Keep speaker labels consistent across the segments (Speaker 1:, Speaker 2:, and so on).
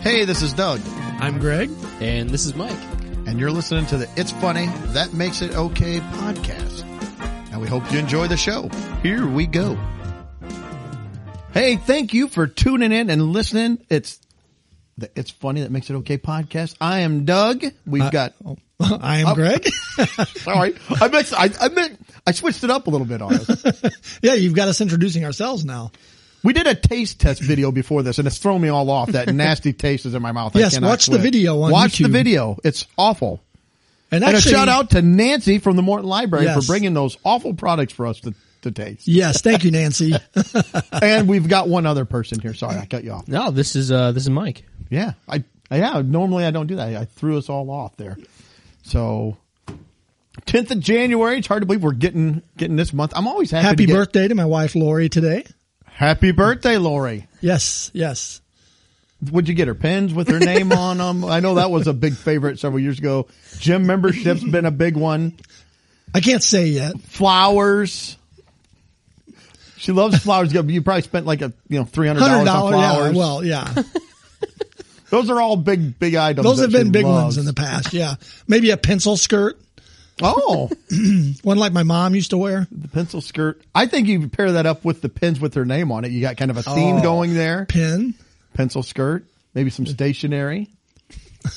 Speaker 1: Hey, this is Doug,
Speaker 2: I'm Greg.
Speaker 3: And this is Mike.
Speaker 1: and you're listening to the It's Funny, That Makes It Okay podcast. And we hope you enjoy the show. Here we go. Hey, thank you for tuning in and listening. It's the It's Funny That Makes It Okay podcast. I am Doug. We've
Speaker 2: Uh,
Speaker 1: got,
Speaker 2: oh,
Speaker 1: Oh.
Speaker 2: I am Greg.
Speaker 1: sorry, I mixed, I, I meant, I switched it up a little bit on us.
Speaker 2: yeah, you've got us introducing ourselves now.
Speaker 1: We did a taste test video before this, and it's thrown me all off. That nasty taste is in my mouth. I
Speaker 2: Yes,
Speaker 1: cannot
Speaker 2: watch the
Speaker 1: quit.
Speaker 2: video on
Speaker 1: watch
Speaker 2: YouTube.
Speaker 1: the video. It's awful.
Speaker 2: And,
Speaker 1: And a
Speaker 2: actually-
Speaker 1: shout out to Nancy from the Morton Library
Speaker 2: Yes.
Speaker 1: for bringing those awful products for us to, to taste.
Speaker 2: Yes, thank you, Nancy.
Speaker 1: and we've got one other person here. Sorry, I cut you off.
Speaker 3: No, this is uh this is Mike.
Speaker 1: Yeah, I yeah. Normally I don't do that. I threw us all off there. So, tenth of January. It's hard to believe we're getting getting this month. I'm always happy.
Speaker 2: Happy
Speaker 1: to get-
Speaker 2: birthday to my wife Lori today.
Speaker 1: Happy birthday, Lori.
Speaker 2: Yes, yes.
Speaker 1: Would you get her pins with her name on them? I know that was a big favorite several years ago. Gym membership's been a big one.
Speaker 2: I can't say yet.
Speaker 1: flowers. She loves flowers. You probably spent like a you know three hundred
Speaker 2: Hundred
Speaker 1: dollars on
Speaker 2: dollar. Yeah.
Speaker 1: flowers.
Speaker 2: Well, yeah.
Speaker 1: those are all big big items.
Speaker 2: Those
Speaker 1: that
Speaker 2: have been
Speaker 1: she
Speaker 2: big
Speaker 1: loves.
Speaker 2: ones in the past. Yeah. Maybe a pencil skirt,
Speaker 1: oh
Speaker 2: one like my mom used to wear.
Speaker 1: the pencil skirt. I think you pair that up with the pins with her name on it. You got kind of a theme
Speaker 2: Oh.
Speaker 1: going there.
Speaker 2: Pin.
Speaker 1: Pencil skirt, maybe some stationery.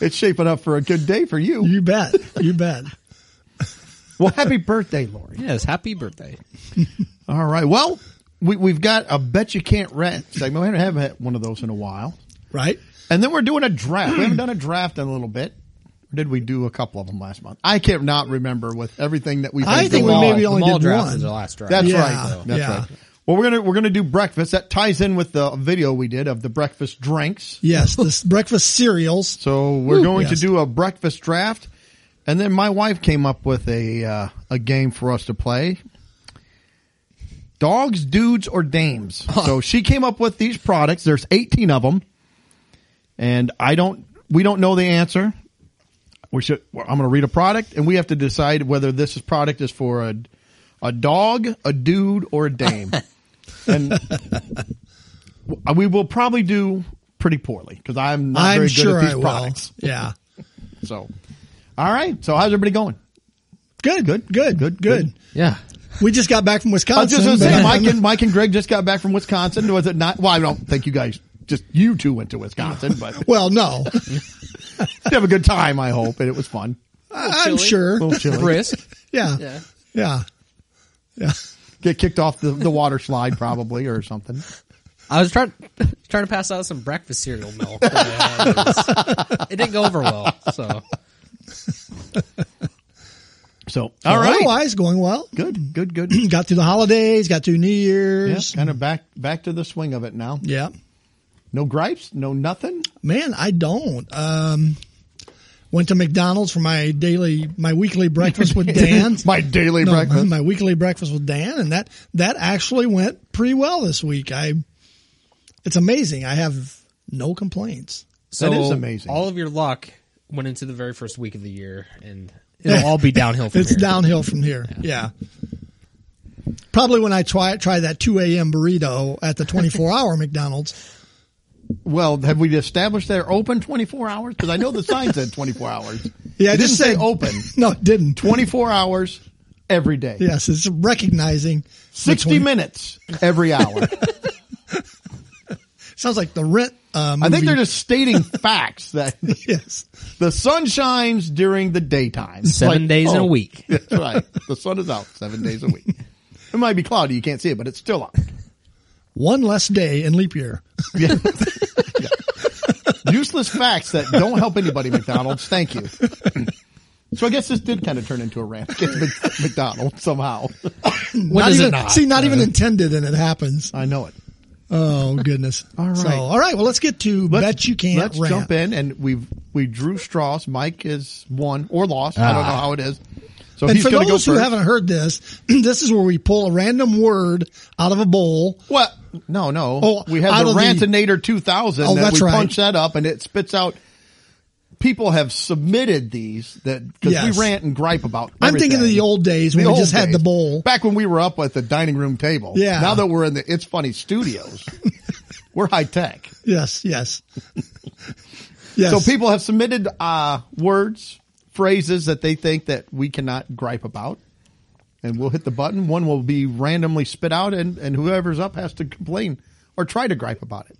Speaker 1: it's shaping up for a good day for you.
Speaker 2: You bet. You bet.
Speaker 1: Well, happy birthday, Lori.
Speaker 3: Yes, happy birthday.
Speaker 1: All right. Well, we, we've got a bet you can't rent segment. We haven't had one of those in a while.
Speaker 2: Right.
Speaker 1: And then we're doing a draft. we haven't done a draft in a little bit. Or did we do a couple of them last month? I can't not remember with everything that we've.
Speaker 2: I
Speaker 1: been
Speaker 2: think we
Speaker 1: doing.
Speaker 2: maybe only
Speaker 3: the mall
Speaker 2: did
Speaker 3: draft
Speaker 2: one.
Speaker 3: was the last draft.
Speaker 1: That's
Speaker 2: Yeah,
Speaker 1: right. That's
Speaker 2: yeah.
Speaker 1: right. Well, we're gonna we're gonna do breakfast. That ties in with the video we did of the breakfast drinks.
Speaker 2: Yes. This breakfast cereals.
Speaker 1: So we're going
Speaker 2: yes.
Speaker 1: to do a breakfast draft, and then my wife came up with a uh, a game for us to play. Dogs, dudes, or dames. So she came up with these products. There's 18 of them, and I don't. We don't know the answer. We should. well, I'm going to read a product, and we have to decide whether this product is for a a dog, a dude, or a dame. and we will probably do pretty poorly because I'm not
Speaker 2: I'm
Speaker 1: very good
Speaker 2: sure
Speaker 1: at
Speaker 2: I
Speaker 1: these
Speaker 2: will.
Speaker 1: products.
Speaker 2: Yeah.
Speaker 1: So, all right. So, how's everybody going?
Speaker 2: Good. Good. Good. Good. Good.
Speaker 3: Yeah.
Speaker 2: We just got back
Speaker 1: I
Speaker 2: from
Speaker 1: was
Speaker 2: Wisconsin.
Speaker 1: just going to
Speaker 2: but
Speaker 1: say,
Speaker 2: I'm-
Speaker 1: Mike and Mike and Greg just got back from Wisconsin. Was it not? Well, I don't think you guys just you two went to Wisconsin, but you
Speaker 2: well, no,
Speaker 1: have a good time. I hope, and it was fun.
Speaker 2: I- I'm
Speaker 3: chilly.
Speaker 2: sure.
Speaker 1: A little chilly.
Speaker 3: Brisk.
Speaker 2: Yeah.
Speaker 3: Yeah.
Speaker 2: Yeah. Yeah.
Speaker 1: Get kicked off the, the water slide probably or something.
Speaker 3: I was trying trying to pass out some breakfast cereal milk. but, uh, it, was- it didn't go over well. So
Speaker 1: So, all right,
Speaker 2: Otherwise, going well.
Speaker 1: good, good, good.
Speaker 2: Got through the holidays, got through New
Speaker 1: Yeah,
Speaker 2: Year's.
Speaker 1: kind of back back to the swing of it now.
Speaker 2: Yeah.
Speaker 1: No gripes, no nothing.
Speaker 2: Man, I don't. Um, went to McDonald's for my daily, my weekly breakfast with Dan.
Speaker 1: My daily
Speaker 2: No,
Speaker 1: breakfast.
Speaker 2: my weekly breakfast with Dan, and that that actually went pretty well this week. I, it's amazing. I have no complaints.
Speaker 3: so
Speaker 1: is amazing.
Speaker 3: All of your luck went into the very first week of the year, and it'll all be downhill from
Speaker 2: It's
Speaker 3: here.
Speaker 2: downhill from here. Yeah. Probably when I try try that two a.m. burrito at the twenty four hour McDonald's.
Speaker 1: Well, have we established they're open 24 hours? Because I know the sign said 24 hours.
Speaker 2: Yeah,
Speaker 1: it
Speaker 2: it
Speaker 1: didn't
Speaker 2: just
Speaker 1: say
Speaker 2: said-
Speaker 1: open.
Speaker 2: No, it didn't.
Speaker 1: 24 hours every day.
Speaker 2: Yes, it's recognizing the
Speaker 1: 60
Speaker 2: 20
Speaker 1: minutes every hour.
Speaker 2: Sounds like the rent. Uh,
Speaker 1: I think
Speaker 2: movie.
Speaker 1: they're just stating facts that
Speaker 2: yes.
Speaker 1: the sun shines during the daytime. It's
Speaker 3: Seven
Speaker 1: like,
Speaker 3: days in a
Speaker 1: oh,
Speaker 3: week.
Speaker 1: That's right. The sun is out seven days a week. It might be cloudy. You can't see it, but it's still out.
Speaker 2: One less day in leap year.
Speaker 1: Yeah. Yeah. Useless facts that don't help anybody, McDonald's. Thank you. So I guess this did kind of turn into a rant against Mc- McDonald's somehow.
Speaker 3: What is
Speaker 2: even,
Speaker 3: it not?
Speaker 2: See, not
Speaker 1: Uh,
Speaker 2: even intended, and it happens.
Speaker 1: I know it.
Speaker 2: Oh goodness! all
Speaker 1: right.
Speaker 2: So, all right. Well, let's get to
Speaker 1: Let's-
Speaker 2: bet you can't.
Speaker 1: Let's
Speaker 2: rant.
Speaker 1: jump in, and we've we drew straws. Mike is won or lost. I don't know how it is. So
Speaker 2: Ah. And
Speaker 1: he's
Speaker 2: for
Speaker 1: going to go
Speaker 2: those
Speaker 1: first.
Speaker 2: who haven't heard this, this is where we pull a random word out of a bowl.
Speaker 1: what? No, no.
Speaker 2: Oh,
Speaker 1: we had
Speaker 2: out
Speaker 1: the
Speaker 2: of the-
Speaker 1: Rantinator 2000.
Speaker 2: Oh,
Speaker 1: that
Speaker 2: that's
Speaker 1: we
Speaker 2: right.
Speaker 1: punch that up, and it spits out. People have submitted these that because
Speaker 2: Yes.
Speaker 1: we rant and gripe about.
Speaker 2: I'm thinking of
Speaker 1: everything.
Speaker 2: the old days when
Speaker 1: The
Speaker 2: we just
Speaker 1: old
Speaker 2: had
Speaker 1: days.
Speaker 2: the bowl.
Speaker 1: Back when we were up at the dining room table.
Speaker 2: Yeah.
Speaker 1: Now that we're in the It's Funny studios, We're high tech.
Speaker 2: Yes, yes. yes.
Speaker 1: So people have submitted uh, words, phrases that they think that we cannot gripe about, and we'll hit the button. One will be randomly spit out, and and whoever's up has to complain or try to gripe about it.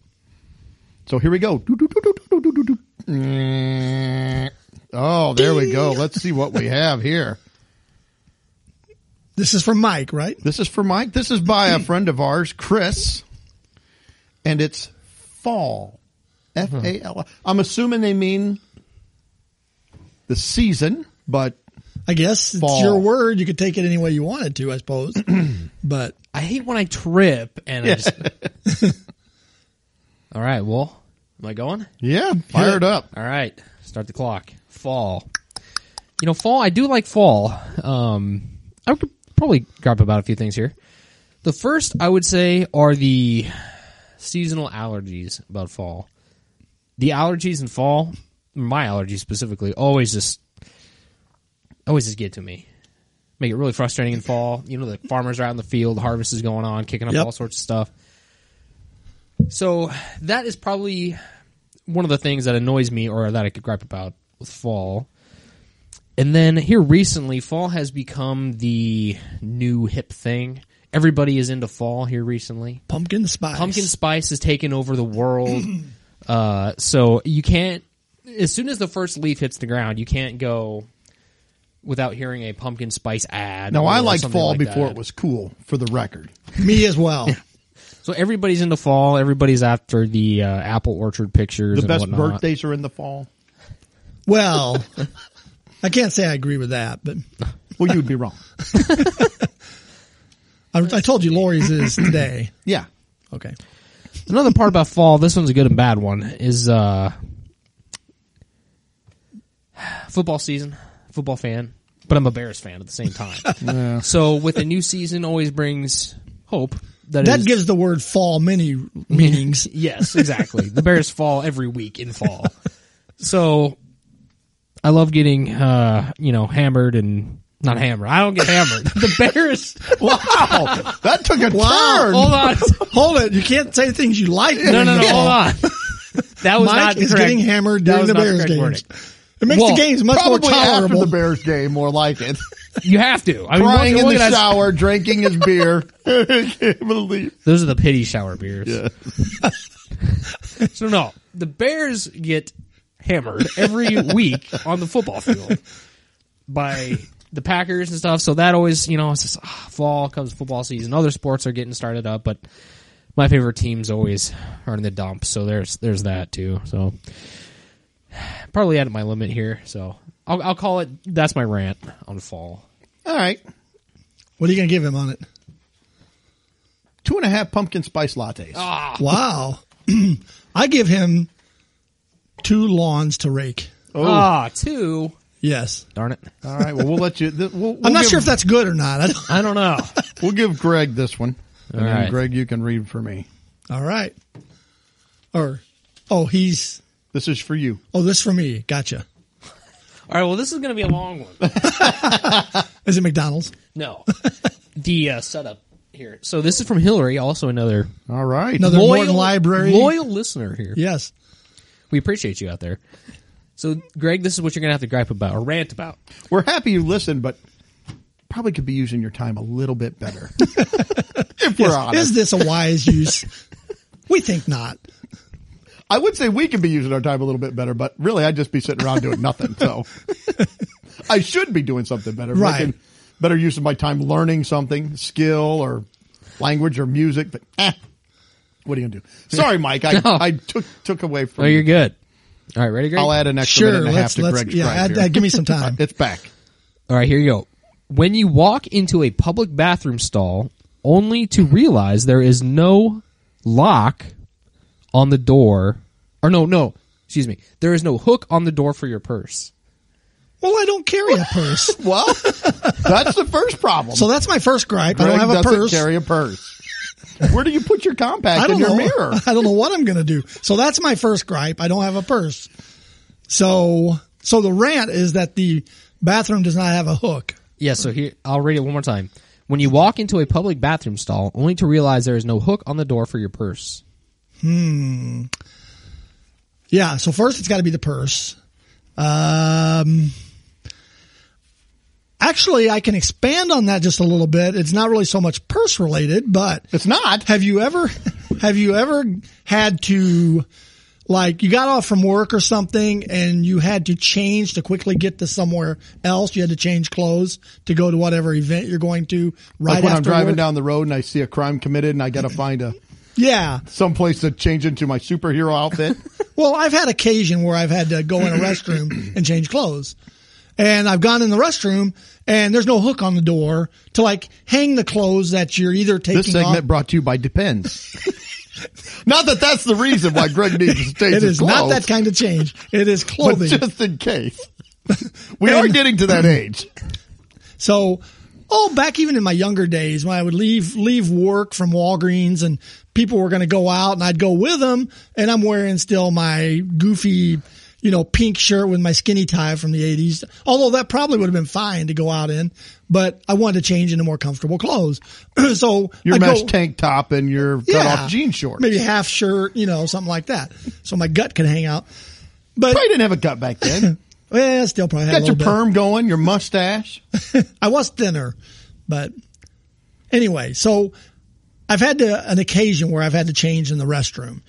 Speaker 1: So here we go. Doo, doo, doo, doo, doo, doo, doo, doo. Mm. Oh, there we go. Let's see what we have here.
Speaker 2: this is from Mike, right?
Speaker 1: This is for Mike. This is by a friend of ours, Chris, and it's fall. F A L. I'm assuming they mean the season, but
Speaker 2: I guess
Speaker 1: Fall.
Speaker 2: it's your word. You could take it any way you wanted to, I suppose. but
Speaker 3: I hate when I trip and I just. All right, well, am I going?
Speaker 1: yeah, fired up.
Speaker 3: All right, start the clock. Fall. You know, fall. I do like fall. Um, I could probably gripe about a few things here. The first I would say are the seasonal allergies about fall. The allergies in fall, my allergies specifically, always just always just get to me. Make it really frustrating in fall. You know, the farmers are out in the field, harvest is going on, kicking up
Speaker 2: Yep.
Speaker 3: all sorts of stuff. So that is probably one of the things that annoys me or that I could gripe about with fall. And then here recently, fall has become the new hip thing. Everybody is into fall here recently.
Speaker 2: pumpkin spice.
Speaker 3: Pumpkin spice has taken over the world. uh, so you can't, as soon as the first leaf hits the ground, you can't go without hearing a pumpkin spice ad.
Speaker 1: Now
Speaker 3: or
Speaker 1: I liked
Speaker 3: something
Speaker 1: fall
Speaker 3: like
Speaker 1: before
Speaker 3: that.
Speaker 1: it was cool. For the record,
Speaker 2: Me as well.
Speaker 3: So everybody's into fall. Everybody's after the uh, apple orchard pictures.
Speaker 1: the
Speaker 3: and
Speaker 1: best
Speaker 3: whatnot.
Speaker 1: birthdays are in the fall.
Speaker 2: Well, I can't say I agree with that, but
Speaker 1: Well, you'd be wrong.
Speaker 2: I, I told you Lori's is today.
Speaker 1: Yeah,
Speaker 2: Okay.
Speaker 3: Another part about fall, this one's a good and bad one, is uh football season, football fan, but I'm a Bears fan at the same time. So with a new season always brings hope that,
Speaker 2: That
Speaker 3: is-
Speaker 2: gives the word fall many meanings.
Speaker 3: Yes, exactly. the Bears fall every week in fall. So I love getting uh, you know, hammered and not hammered. I don't get hammered. the Bears
Speaker 1: Wow, Oh, that took a
Speaker 2: Wow.
Speaker 1: turn.
Speaker 3: hold on.
Speaker 2: Hold it. You can't say things you like.
Speaker 3: No, no, no, hold on. That was
Speaker 2: Mike
Speaker 3: not
Speaker 2: is
Speaker 3: correct.
Speaker 2: getting hammered
Speaker 3: That
Speaker 2: during
Speaker 3: was
Speaker 2: the
Speaker 3: not
Speaker 2: Bears
Speaker 3: correct
Speaker 2: games.
Speaker 3: wording.
Speaker 2: It makes
Speaker 3: Well,
Speaker 2: the games much more
Speaker 1: Probably after
Speaker 2: tolerable.
Speaker 1: the Bears game, more like it.
Speaker 3: You have to. I mean, what-
Speaker 1: Crying in
Speaker 3: what
Speaker 1: the
Speaker 3: can I say?
Speaker 1: shower, drinking his beer. Can't believe.
Speaker 3: Those are the pity shower beers. so no, the Bears get hammered every week on the football field by the Packers and stuff. So that always, you know, it's just ah, fall comes football season. Other sports are getting started up, but my favorite teams always are in the dump. So there's there's that too. So probably at my limit here. So I'll, I'll call it. That's my rant on fall.
Speaker 1: All right,
Speaker 2: What are you going to give him on it?
Speaker 1: two and a half pumpkin spice lattes.
Speaker 2: Ah. Wow. I give him two lawns to rake.
Speaker 3: Ah, two.
Speaker 2: Yes.
Speaker 3: Darn it.
Speaker 1: All right. Well, we'll let you. th- We'll, we'll
Speaker 2: I'm not
Speaker 1: give,
Speaker 2: sure if that's good or not. I don't-
Speaker 3: I don't know.
Speaker 1: We'll give Greg this one. And
Speaker 3: All
Speaker 1: then
Speaker 3: right.
Speaker 1: Greg, you can read for me.
Speaker 2: All right. Or, oh, he's,
Speaker 1: This is for you.
Speaker 2: oh, this for me. Gotcha.
Speaker 3: All right. Well, this is going to be a long one.
Speaker 2: Is it McDonald's?
Speaker 3: No. the uh, setup here. So this is from Hillary, also another
Speaker 1: All right.
Speaker 2: Another Morton Library.
Speaker 3: loyal listener here.
Speaker 2: Yes.
Speaker 3: We appreciate you out there. So, Greg, this is what you're going to have to gripe about or rant about.
Speaker 1: We're happy you listened, but probably could be using your time a little bit better. if we're honest,
Speaker 2: Is this a wise use? we think not.
Speaker 1: I would say we could be using our time a little bit better, but really, I'd just be sitting around doing nothing. So I should be doing something better,
Speaker 2: Right.
Speaker 1: making better use of my time, learning something, skill or language or music. But eh, what are you gonna do? Sorry, Mike. I, I took took away from.
Speaker 3: Oh,
Speaker 1: you.
Speaker 3: you're good. All right, ready, Greg?
Speaker 1: I'll add an extra
Speaker 2: Sure.
Speaker 1: minute and a half
Speaker 2: Let's,
Speaker 1: to
Speaker 2: let's,
Speaker 1: Greg's
Speaker 2: yeah,
Speaker 1: gripe
Speaker 2: add,
Speaker 1: here.
Speaker 2: add, give me some time.
Speaker 1: It's back.
Speaker 3: All right, here you go. When you walk into a public bathroom stall, only to realize there is no lock on the door, or no, no, excuse me, there is no hook on the door for your purse.
Speaker 2: Well, I don't carry a purse.
Speaker 1: Well, that's the first problem.
Speaker 2: So that's my first gripe.
Speaker 1: Greg
Speaker 2: I don't have a
Speaker 1: doesn't
Speaker 2: purse.
Speaker 1: Carry a purse. Where do you put your compact
Speaker 2: I don't
Speaker 1: in your
Speaker 2: know.
Speaker 1: mirror?
Speaker 2: I don't know what I'm going to do. So that's my first gripe. I don't have a purse. So, so the rant is that the bathroom does not have a hook.
Speaker 3: Yeah, so here I'll read it one more time. When you walk into a public bathroom stall, only to realize there is no hook on the door for your purse.
Speaker 2: Yeah. So first, it's got to be the purse. Um, actually, I can expand on that just a little bit. It's not really so much purse related, but
Speaker 1: It's not.
Speaker 2: have you ever have you ever had to like you got off from work or something and you had to change to quickly get to somewhere else? You had to change clothes to go to whatever event you're going to right
Speaker 1: Like when
Speaker 2: after
Speaker 1: I'm driving
Speaker 2: work?
Speaker 1: down the road and I see a crime committed and I got to find a
Speaker 2: Yeah.
Speaker 1: some place to change into my superhero outfit.
Speaker 2: Well, I've had occasion where I've had to go in a restroom and change clothes. And I've gone in the restroom and there's no hook on the door to like hang the clothes that you're either taking
Speaker 1: This segment
Speaker 2: off.
Speaker 1: brought to you by Depends. not that that's the reason why Greg needs to change
Speaker 2: It
Speaker 1: his
Speaker 2: is not
Speaker 1: clothes,
Speaker 2: that kind of change. It is
Speaker 1: but
Speaker 2: clothing.
Speaker 1: just in case. We are
Speaker 2: And-
Speaker 1: getting to that age.
Speaker 2: So, oh, back even in my younger days when I would leave leave work from Walgreens and people were going to go out and I'd go with them and I'm wearing still my goofy, you know, pink shirt with my skinny tie from the 80s. Although that probably would have been fine to go out in, but I wanted to change into more comfortable clothes. so,
Speaker 1: Your
Speaker 2: I
Speaker 1: mesh
Speaker 2: go-
Speaker 1: tank top and your cut off jean shorts.
Speaker 2: Maybe half shirt, you know, something like that. So my gut could hang out. But
Speaker 1: Probably didn't have a gut back then.
Speaker 2: well, I still probably had a
Speaker 1: Got your
Speaker 2: little bit.
Speaker 1: perm going, your mustache.
Speaker 2: I was thinner, but anyway, so I've had to, an occasion where I've had to change in the restroom.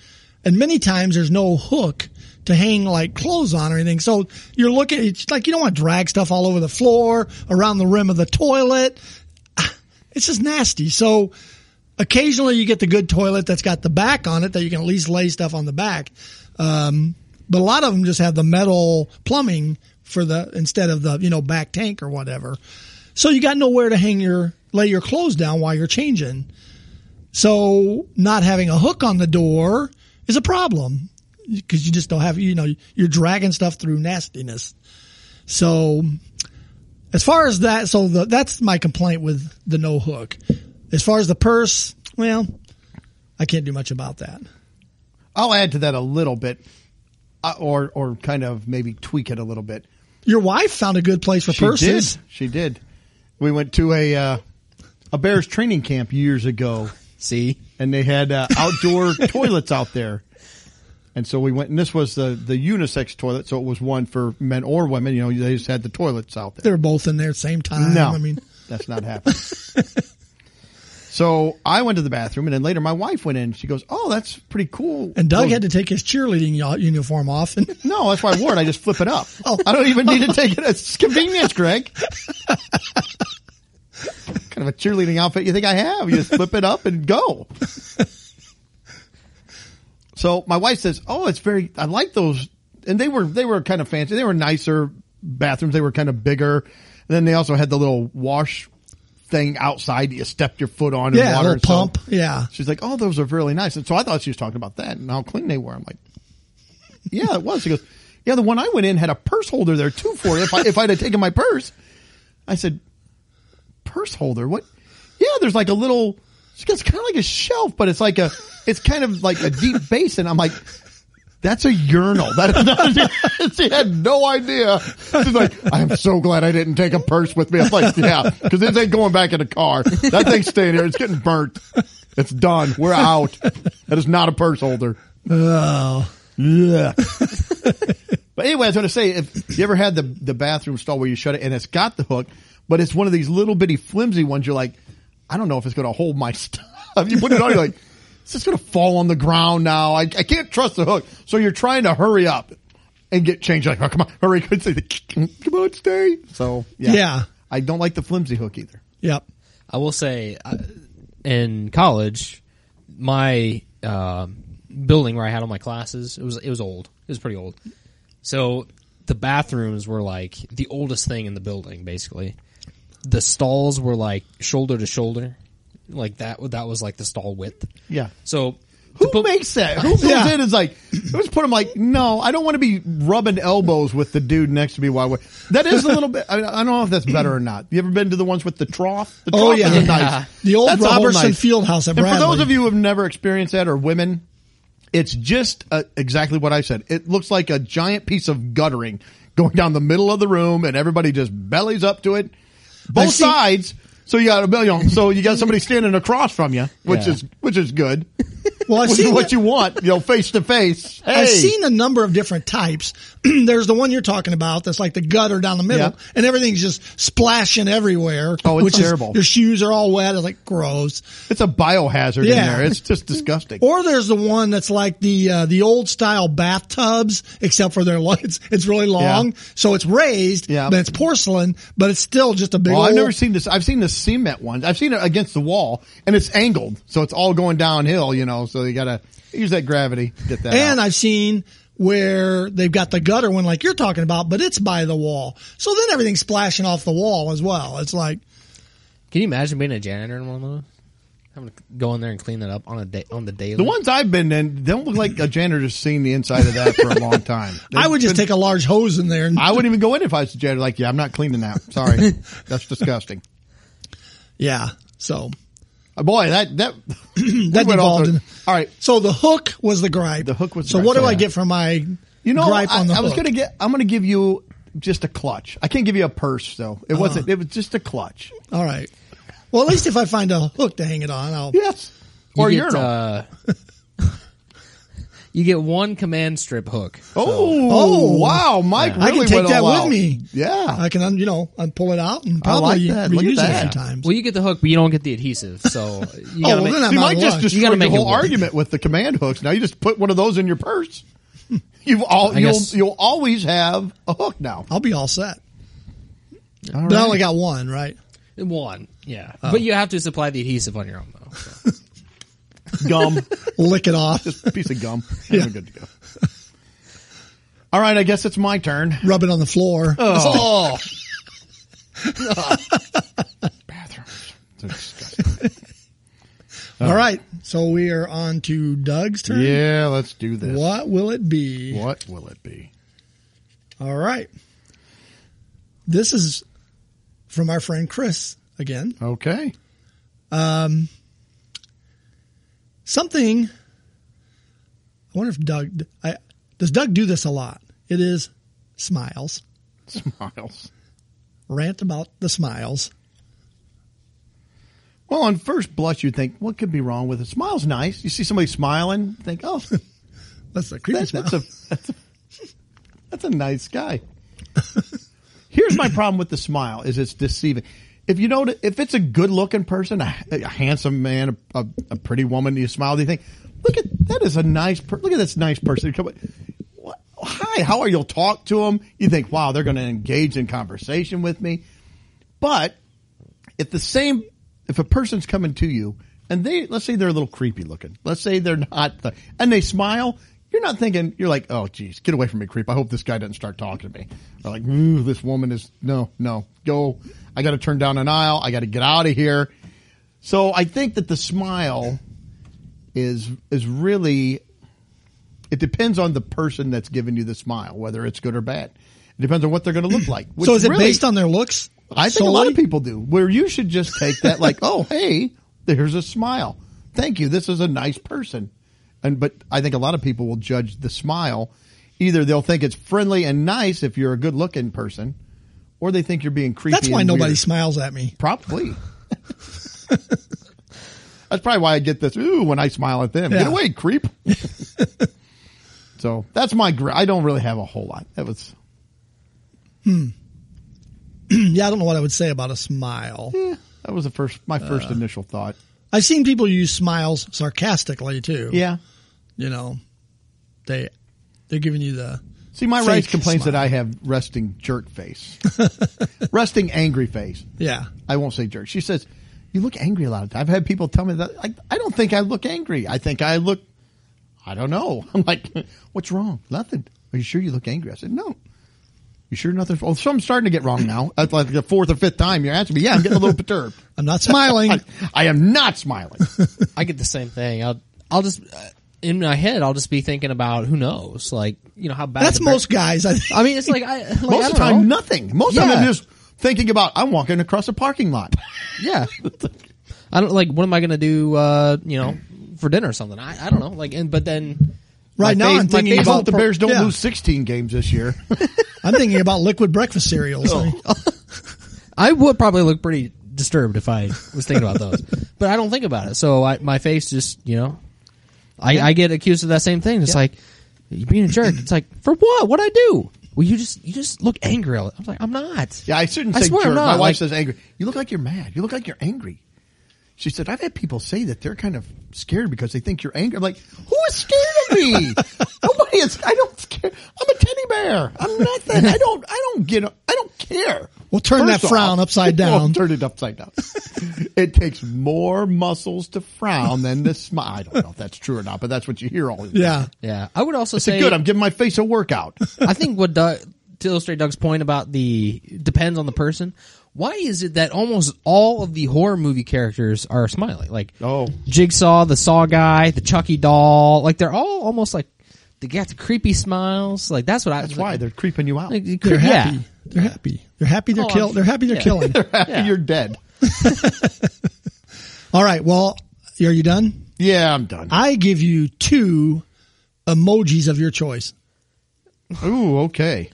Speaker 2: And many times there's no hook to hang like clothes on or anything. So you're looking, it's like you don't want to drag stuff all over the floor, around the rim of the toilet. It's just nasty. So occasionally you get the good toilet that's got the back on it that you can at least lay stuff on the back. Um, but a lot of them just have the metal plumbing for the instead of the you know back tank or whatever. So you got nowhere to hang your lay your clothes down while you're changing. So not having a hook on the door is a problem because you just don't have you know you're dragging stuff through nastiness. So as far as that, so the, that's my complaint with the no hook. As far as the purse, well, I can't do much about that.
Speaker 1: I'll add to that a little bit, uh, or or kind of maybe tweak it a little bit.
Speaker 2: Your wife found a good place for purses.
Speaker 1: did. She did. We went to a uh, a Bears training camp years ago,
Speaker 3: See,
Speaker 1: and they had uh, outdoor toilets out there. And so we went, and this was the the unisex toilet, so it was one for men or women. You know, they just had the toilets out there.
Speaker 2: They're both in there at the same time.
Speaker 1: No,
Speaker 2: I mean,
Speaker 1: that's not happening. so I went to the bathroom, and then later my wife went in. She goes, "Oh, that's pretty cool."
Speaker 2: and Doug
Speaker 1: Those-
Speaker 2: had to take his cheerleading y- uniform off. And
Speaker 1: No, that's why I wore it. I just flip it up.
Speaker 2: Oh.
Speaker 1: I don't even need to take it. It's convenience, Greg. kind of a cheerleading outfit you think I have. You just flip it up and go. So my wife says, "Oh, it's very. I like those." And they were they were kind of fancy. They were nicer bathrooms. They were kind of bigger. And then they also had the little wash thing outside that you stepped your foot on. And
Speaker 2: yeah, a
Speaker 1: water
Speaker 2: little
Speaker 1: and so-
Speaker 2: pump. Yeah.
Speaker 1: She's like, "Oh, those are really nice." And so I thought she was talking about that and how clean they were. I'm like, "Yeah, it was." She goes, "Yeah, the one I went in had a purse holder there too for it. If I if I'd have taken my purse, I said, purse holder. What? Yeah, there's like a little. She goes, kind of like a shelf, but it's like a. It's kind of like a deep basin. I'm like. That's a urinal. That is not. she had no idea. She's like, I'm so glad I didn't take a purse with me. I'm like, yeah, because it ain't going back in the car. That thing's staying here. It's getting burnt. It's done. We're out. That is not a purse holder.
Speaker 2: Oh,
Speaker 1: Yeah. but anyway, I was going to say, if you ever had the the bathroom stall where you shut it and it's got the hook, but it's one of these little bitty flimsy ones, you're like, I don't know if it's going to hold my stuff. You put it on, you're like, it's just going to fall on the ground now. I, I can't trust the hook. So you're trying to hurry up and get changed. Like, oh, come on, hurry. come on, stay. So, yeah.
Speaker 2: Yeah.
Speaker 1: I don't like the flimsy hook either.
Speaker 2: yep.
Speaker 3: I will say, I- in college, my uh, building where I had all my classes it was it was old. It was pretty old. So the bathrooms were like the oldest thing in the building, basically. The stalls were like shoulder to shoulder, like that. That was like the stall width.
Speaker 1: Yeah.
Speaker 3: So to
Speaker 1: Who
Speaker 3: put-
Speaker 1: makes that? Who goes
Speaker 2: Yeah.
Speaker 1: in is like, let's put him like, no, I don't want to be rubbing elbows with the dude next to me. Why? would- That is a little bit. I, I don't know if that's better or not. You ever been to the ones with the trough? The trough
Speaker 2: Oh, yeah.
Speaker 1: is a
Speaker 2: Yeah.
Speaker 1: nice.
Speaker 2: The old
Speaker 1: that's a whole
Speaker 2: Robertson Fieldhouse
Speaker 1: And
Speaker 2: at
Speaker 1: for those
Speaker 2: Bradley.
Speaker 1: of you who have never experienced that, or women, it's just uh, exactly what I said. It looks like a giant piece of guttering going down the middle of the room, and everybody just bellies up to it, both
Speaker 2: I've seen-
Speaker 1: sides. So you got a billion. So you got somebody standing across from you, which
Speaker 3: Yeah.
Speaker 1: is which is good.
Speaker 2: Well, I've
Speaker 1: Which is
Speaker 2: seen
Speaker 1: what
Speaker 2: the-
Speaker 1: you want, you know, face to face. Hey,
Speaker 2: I've seen a number of different types. There's the one you're talking about that's like the gutter down the middle,
Speaker 1: Yeah.
Speaker 2: and everything's just splashing everywhere.
Speaker 1: Oh, it's
Speaker 2: which
Speaker 1: terrible.
Speaker 2: Is, your shoes are all wet. It's like gross.
Speaker 1: it's a biohazard in
Speaker 2: Yeah.
Speaker 1: there. It's just disgusting.
Speaker 2: Or there's the one that's like the uh, the old style bathtubs, except for their it's it's really long, so it's raised,
Speaker 1: Yeah.
Speaker 2: but it's porcelain, but it's still just a big.
Speaker 1: Well,
Speaker 2: old,
Speaker 1: I've never seen this. I've seen the cement ones. I've seen it against the wall, and it's angled, so it's all going downhill. You know, so you gotta use that gravity to get that.
Speaker 2: And
Speaker 1: out.
Speaker 2: I've seen where they've got the gutter one like you're talking about, but it's by the wall. So then everything's splashing off the wall as well. It's like
Speaker 3: Can you imagine being a janitor in one of those? Having to go in there and clean that up on a day on the daily.
Speaker 1: the ones I've been in don't look like a janitor's seen the inside of that for a long time.
Speaker 2: I would just take a large hose in there. And,
Speaker 1: I wouldn't even go in if I was a janitor. Like, yeah, I'm not cleaning that. Sorry, that's disgusting.
Speaker 2: yeah. So hmm,
Speaker 1: Uh, Boy, that that
Speaker 2: that
Speaker 1: went all
Speaker 2: devolved.
Speaker 1: the-
Speaker 2: in-
Speaker 1: all right.
Speaker 2: So the hook was the gripe.
Speaker 1: The hook was the
Speaker 2: So
Speaker 1: gripe,
Speaker 2: what do
Speaker 1: yeah.
Speaker 2: I get for my
Speaker 1: You know,
Speaker 2: gripe
Speaker 1: I,
Speaker 2: on the
Speaker 1: I was
Speaker 2: hook?
Speaker 1: gonna get. I'm gonna give you just a clutch. I can't give you a purse though. It wasn't. It was just a clutch.
Speaker 2: All right. Well, at least if I find a hook to hang it on, I'll.
Speaker 1: Yes,
Speaker 3: you
Speaker 1: or
Speaker 3: get,
Speaker 1: urinal.
Speaker 3: uh, you get one command strip hook.
Speaker 1: oh,
Speaker 2: Oh.
Speaker 1: wow, Mike
Speaker 2: I
Speaker 1: really
Speaker 2: can take
Speaker 1: went
Speaker 2: that
Speaker 1: all out.
Speaker 2: with me.
Speaker 1: Yeah,
Speaker 2: I can, un- you know, un- pull it out and
Speaker 1: I like
Speaker 2: probably
Speaker 1: that. Look at
Speaker 2: reuse
Speaker 1: that.
Speaker 2: it sometimes.
Speaker 3: Well, you get the hook, but you don't get the adhesive. So
Speaker 2: Oh,
Speaker 3: you gotta
Speaker 2: well,
Speaker 3: make-
Speaker 2: then I'm
Speaker 1: you
Speaker 2: out
Speaker 1: might
Speaker 2: of
Speaker 1: just
Speaker 2: luck.
Speaker 3: You
Speaker 1: destroy
Speaker 3: gotta
Speaker 1: the
Speaker 3: make it
Speaker 1: whole
Speaker 3: work.
Speaker 1: argument with the command hooks. Now you just put one of those in your purse. You've all
Speaker 3: I
Speaker 1: you'll
Speaker 3: guess-
Speaker 1: you'll always have a hook now.
Speaker 2: I'll be all set.
Speaker 1: All
Speaker 2: But I
Speaker 1: right.
Speaker 2: only got one, right?
Speaker 3: one, yeah. But you have to supply the adhesive on your own though. so.
Speaker 1: gum,
Speaker 2: Lick it off,
Speaker 1: just a piece of gum. Yeah. I'm good to go. All right, I guess it's my turn.
Speaker 2: rub it on the floor.
Speaker 1: Oh. Bathrooms. They're disgusting.
Speaker 2: All right. So we are on to Doug's turn.
Speaker 1: Oh. Yeah, let's do this.
Speaker 2: What will it be?
Speaker 1: What will it be?
Speaker 2: All right. This is from our friend Chris again.
Speaker 1: Okay.
Speaker 2: Something. I wonder if Doug. I, does Doug do this a lot? It is smiles.
Speaker 1: Smiles.
Speaker 2: Rant about the smiles.
Speaker 1: Well, on first blush, you'd think, what could be wrong with it? Smile's nice. You see somebody smiling, think, oh,
Speaker 2: That's the creepy
Speaker 1: that,
Speaker 2: smile.
Speaker 1: that's, a, that's a that's a nice guy. Here's my problem with the smile: is it's deceiving. If you know, if it's a good-looking person, a, a handsome man, a, a, a pretty woman, you smile, you think, "Look at that is a nice. Per- look at this nice person." Come, what, hi, how are you? You'll Talk to them. You think, "Wow, they're going to engage in conversation with me." But if the same, if a person's coming to you and they, let's say they're a little creepy looking, let's say they're not, the, and they smile, you're not thinking, you're like, oh, geez, get away from me, creep. I hope this guy doesn't start talking to me. Or like, ooh, this woman is, no, no, go. I got to turn down an aisle. I got to get out of here. So I think that the smile is, is really, it depends on the person that's giving you the smile, whether it's good or bad. It depends on what they're going to look like.
Speaker 2: so is it
Speaker 1: which really-
Speaker 2: based on their looks?
Speaker 1: I think a lot
Speaker 2: solely?
Speaker 1: of people do. Where you should just take that, like, oh, hey, there's a smile. Thank you. This is a nice person. And but I think a lot of people will judge the smile. Either they'll think it's friendly and nice if you're a good looking person, or they think you're being creepy.
Speaker 2: That's why
Speaker 1: and
Speaker 2: nobody
Speaker 1: weird.
Speaker 2: smiles at me.
Speaker 1: Probably. that's probably why I get this. Ooh, when I smile at them, get
Speaker 2: Yeah.
Speaker 1: away, creep. so that's my. Gr- I don't really have a whole lot. That was.
Speaker 2: yeah, I don't know what I would say about a smile.
Speaker 1: eh, that was the first. My first initial thought.
Speaker 2: I've seen people use smiles sarcastically too.
Speaker 1: Yeah.
Speaker 2: You know, they they're giving you the
Speaker 1: See, my
Speaker 2: Fake
Speaker 1: wife complains
Speaker 2: smile.
Speaker 1: that I have resting jerk face, resting angry face.
Speaker 2: yeah.
Speaker 1: I won't say jerk. She says, "You look angry a lot of time." I've had people tell me that. I, I don't think I look angry. I think I look. I don't know. I'm like, what's wrong? Nothing. Are you sure you look angry? I said, no. You sure nothing? Well, something's starting to get wrong now. That's like the fourth or fifth time you're asking me. Yeah, I'm getting a little perturbed.
Speaker 2: I'm not smiling.
Speaker 1: I, I am not smiling.
Speaker 3: I get the same thing. I'll I'll just uh, in my head I'll just be thinking about who knows, like you know how bad.
Speaker 2: That's
Speaker 3: the bear-
Speaker 2: most guys. I think.
Speaker 3: I mean, it's like I like, I
Speaker 1: Most of
Speaker 3: don't
Speaker 1: the time,
Speaker 3: know.
Speaker 1: nothing. Most of the time,
Speaker 3: Yeah.
Speaker 1: I'm just thinking about I'm walking across a parking lot.
Speaker 3: Yeah. I don't like. What am I going to do? Uh, you know, for dinner or something. I, I don't know. Like, and but then
Speaker 2: Right
Speaker 3: my
Speaker 2: now
Speaker 3: face-
Speaker 2: I'm
Speaker 3: my
Speaker 2: thinking
Speaker 3: face
Speaker 1: I
Speaker 2: about
Speaker 1: hope
Speaker 3: is
Speaker 1: the
Speaker 2: per-
Speaker 1: Bears don't
Speaker 2: yeah.
Speaker 1: lose 16 games this year.
Speaker 2: I'm thinking about liquid breakfast cereals.
Speaker 1: Oh.
Speaker 3: I would probably look pretty disturbed if I was thinking about those, but I don't think about it. So I, my face just, you know, I, I get accused of that same thing. It's like you're being a jerk. It's like for what? What I do? Well, you just you just look angry. I'm like I'm not.
Speaker 1: Yeah, I shouldn't
Speaker 3: I
Speaker 1: say
Speaker 3: swear I'm
Speaker 1: jerk.
Speaker 3: not,
Speaker 1: My wife
Speaker 3: like-
Speaker 1: says angry. You look like you're mad. You look like you're angry. She said, I've had people say that they're kind of scared because they think you're angry. I'm like, who is scared of me? Nobody is. I don't scare. I'm a teddy bear. I'm nothing. I don't, I don't get, I don't care.
Speaker 2: Well, turn that frown upside
Speaker 1: Well,
Speaker 2: down.
Speaker 1: turn it upside down. it takes more muscles to frown than to smile. I don't know if that's true or not, but that's what you hear all the time.
Speaker 2: Yeah.
Speaker 3: Yeah, I would also
Speaker 1: I
Speaker 3: say
Speaker 1: said, good. I'm giving my face a workout.
Speaker 3: I think what Doug, to illustrate Doug's point about the depends on the person. Why is it that almost all of the horror movie characters are smiling? Like
Speaker 1: Oh.
Speaker 3: Jigsaw, the Saw guy, the Chucky doll. Like they're all almost like they got the creepy smiles. Like that's what I.
Speaker 1: That's why they're creeping you out.
Speaker 3: Like, you
Speaker 2: They're
Speaker 3: cre- yeah.
Speaker 2: happy. They're happy. They're happy they're
Speaker 3: Oh,
Speaker 2: kill
Speaker 3: I'm-
Speaker 2: they're happy they're
Speaker 3: yeah.
Speaker 2: killing.
Speaker 1: After
Speaker 3: Yeah.
Speaker 1: you're dead.
Speaker 2: All right. Well, are you done?
Speaker 1: Yeah, I'm done.
Speaker 2: I give you two emojis of your choice.
Speaker 1: Ooh, okay.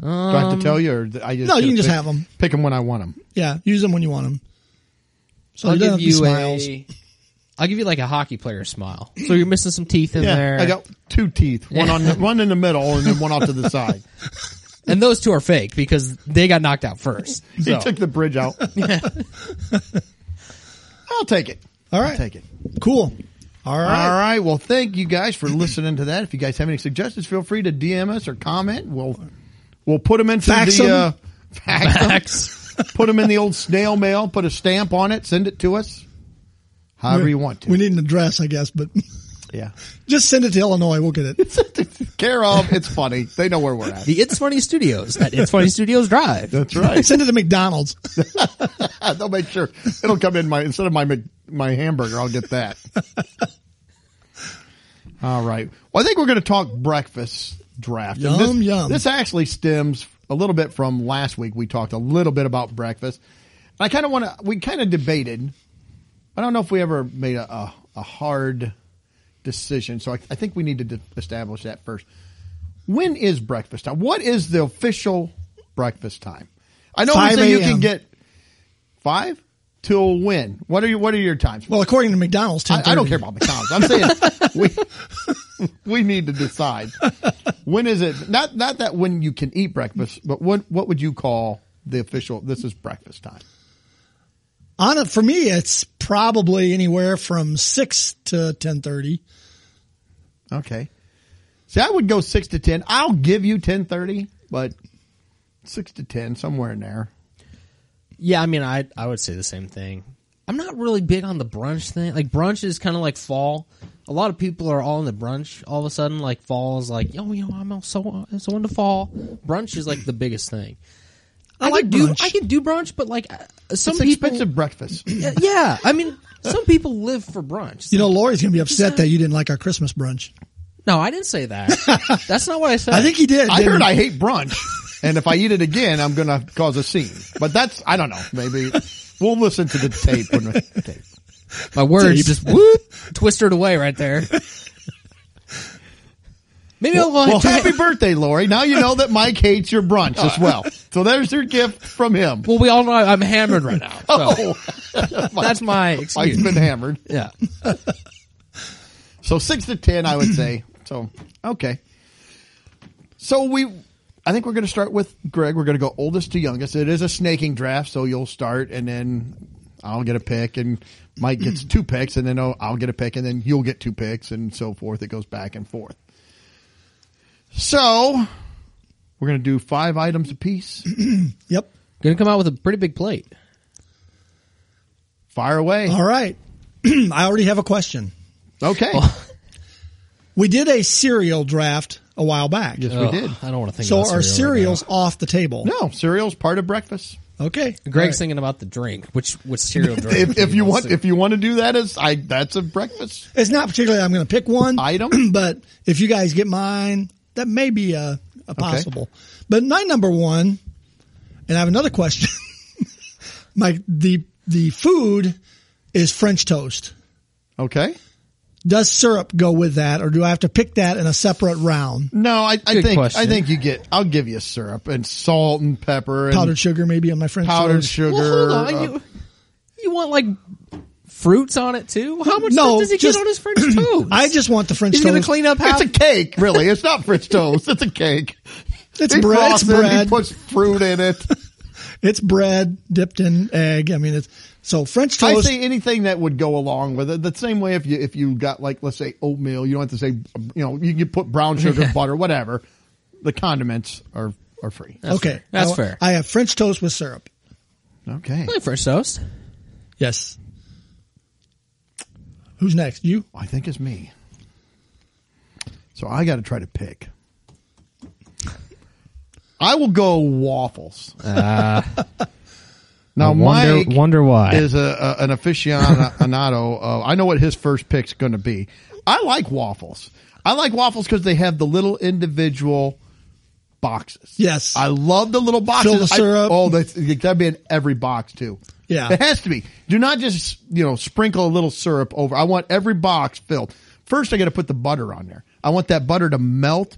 Speaker 1: Do I have to tell Um, you, or th- I just
Speaker 2: No,
Speaker 1: gotta
Speaker 2: you can just
Speaker 1: pick,
Speaker 2: have 'em.
Speaker 1: Pick them when I want them.
Speaker 2: Yeah, use them when you want them. So
Speaker 3: I'll
Speaker 2: you don't have
Speaker 3: give
Speaker 2: to be
Speaker 3: you
Speaker 2: smiles.
Speaker 3: a. I'll give you like a hockey player smile. So you're missing some teeth in there,
Speaker 1: I got two teeth, one on the, one in the middle, and then one off to the side.
Speaker 3: and those two are fake because they got knocked out first.
Speaker 1: He
Speaker 3: So.
Speaker 1: took the bridge out. I'll take it.
Speaker 2: All right.
Speaker 1: I'll take it.
Speaker 2: Cool. All right.
Speaker 1: All right. Well, thank you guys for listening to that. If you guys have any suggestions, feel free to DM us or comment. We'll we'll put them into
Speaker 2: Fax
Speaker 1: the
Speaker 2: 'em.
Speaker 1: uh, fax 'em. Put them in the old snail mail. Put a stamp on it. Send it to us. However you want to.
Speaker 2: We need an address, I guess, but
Speaker 1: yeah.
Speaker 2: just send it to Illinois. We'll get it.
Speaker 1: Care of. It's funny. They know where we're at.
Speaker 3: the It's Funny Studios at It's Funny Studios Drive.
Speaker 1: That's right.
Speaker 2: send it to McDonald's.
Speaker 1: Ah, They'll make sure it'll come in my instead of my Mc- my hamburger. I'll get that. All right. Well, I think we're going to talk breakfast draft. And
Speaker 2: Yum,
Speaker 1: this,
Speaker 2: yum.
Speaker 1: This actually stems a little bit from last week. We talked a little bit about breakfast. And I kind of want to. We kind of debated. I don't know if we ever made a, a, a hard decision. So I, I think we need to de- establish that first. When is breakfast time? What is the official breakfast time? I know we
Speaker 2: 5
Speaker 1: say you
Speaker 2: a.m..
Speaker 1: can get five till when? What are you? What are your times?
Speaker 2: Well, according to McDonald's, 10
Speaker 1: I, I don't care about McDonald's. I'm saying we we need to decide when is it not not that when you can eat breakfast, but what what would you call the official? This is breakfast time.
Speaker 2: On it for me, it's probably anywhere from six to ten thirty.
Speaker 1: Okay. See, I would go six to ten. I'll give you ten thirty, but six to ten somewhere in there.
Speaker 3: Yeah, I mean, I I would say the same thing. I'm not really big on the brunch thing. Like brunch is kind of like fall. A lot of people are all in the brunch all of a sudden. Like fall is like, yo, yo, I'm all so so into fall. Brunch is like the biggest thing.
Speaker 2: I like
Speaker 3: could do
Speaker 2: brunch.
Speaker 3: I can do brunch, but like uh, some
Speaker 1: It's
Speaker 3: people,
Speaker 1: expensive breakfast.
Speaker 3: Yeah, yeah, I mean, some people live for brunch.
Speaker 2: You know, Lori's gonna be upset that you didn't like our Christmas brunch.
Speaker 3: no, I didn't say that. That's not what I said.
Speaker 2: I think he did.
Speaker 1: I
Speaker 2: didn't
Speaker 1: heard
Speaker 2: he?
Speaker 1: I hate brunch, and if I eat it again, I'm going to cause a scene. But that's I don't know. Maybe we'll listen to the tape. When we, tape.
Speaker 3: My words
Speaker 2: Tape.
Speaker 3: just whoop, twisted away right there. Maybe I'll go
Speaker 1: Well,
Speaker 3: ahead-
Speaker 1: happy birthday, Lori! Now you know that Mike hates your brunch as well. So there's your gift from him.
Speaker 3: Well, we all know I'm hammered right now. So
Speaker 1: Oh,
Speaker 3: that's my
Speaker 1: Mike's
Speaker 3: excuse.
Speaker 1: been hammered.
Speaker 3: Yeah.
Speaker 1: So six to ten, I would say. So okay. So we, I think we're going to start with Greg. We're going to go oldest to youngest. It is a snaking draft, so you'll start, and then I'll get a pick, and Mike gets two picks, and then I'll, I'll get a pick, and then you'll get two picks, and so forth. It goes back and forth. So we're going to do five items apiece.
Speaker 2: Yep.
Speaker 3: Gonna come out with a pretty big plate.
Speaker 1: Fire away.
Speaker 2: All right. I already have a question.
Speaker 1: Okay.
Speaker 2: We did a cereal draft a while back.
Speaker 1: yes,
Speaker 3: Ugh,
Speaker 1: we did.
Speaker 3: I don't want to think
Speaker 2: So
Speaker 3: about
Speaker 2: are
Speaker 3: cereal right
Speaker 2: cereals off the table?
Speaker 1: No, cereal's part of breakfast.
Speaker 2: No. Okay.
Speaker 3: now. Greg's
Speaker 2: All right.
Speaker 3: thinking about the drink, which which cereal drink?
Speaker 1: If, if you want,
Speaker 3: So-
Speaker 1: if you want to do that, as I, that's a breakfast.
Speaker 2: It's not particularly. I'm going to pick one
Speaker 1: Item?
Speaker 2: but if you guys get mine, that may be a, a possible. But my number one, and I have another question. my the the food is French toast.
Speaker 1: Okay.
Speaker 2: Does syrup go with that, or do I have to pick that in a separate round?
Speaker 1: No, I, I
Speaker 3: Good
Speaker 1: think
Speaker 3: question.
Speaker 1: I think you get. I'll give you syrup and salt and pepper and
Speaker 2: Powdered sugar, maybe on my French
Speaker 1: powdered uh,
Speaker 2: toast.
Speaker 1: sugar.
Speaker 3: well, hold on,
Speaker 1: uh,
Speaker 3: you you want like fruits on it too? How much
Speaker 2: No,
Speaker 3: stuff does he
Speaker 2: just-
Speaker 3: get on his French toast?
Speaker 2: I just want the French
Speaker 3: He's
Speaker 2: toast.
Speaker 3: gonna clean up half.
Speaker 1: It's a cake, really. It's not French toast. It's a cake.
Speaker 2: It's
Speaker 1: He
Speaker 2: bread. It's
Speaker 1: frosts it, He
Speaker 2: bread.
Speaker 1: puts fruit in it.
Speaker 2: It's bread dipped in egg. I mean, it's so French
Speaker 1: I
Speaker 2: toast.
Speaker 1: say anything that would go along with it. The same way if you if you got like let's say oatmeal, you don't have to say you know you can put brown sugar, butter, whatever. The condiments are are free.
Speaker 2: okay,
Speaker 3: fair. That's
Speaker 2: I-
Speaker 3: fair.
Speaker 2: I have French toast with syrup.
Speaker 1: Okay,
Speaker 3: I like French toast.
Speaker 2: Yes. Who's next? You?
Speaker 1: I think it's me. So I got to try to pick. I will go waffles. now Mike
Speaker 3: why.
Speaker 1: is a, a an aficionado. of, I know what his first pick's going to be. I like waffles. I like waffles because they have the little individual boxes.
Speaker 2: Yes.
Speaker 1: I love the little boxes.
Speaker 2: Fill the
Speaker 1: I-
Speaker 2: syrup.
Speaker 1: oh, that's, that'd be in every box too.
Speaker 2: Yeah.
Speaker 1: it has to be. Do not just you know sprinkle a little syrup over. I want every box filled. First, I got to put the butter on there. I want that butter to melt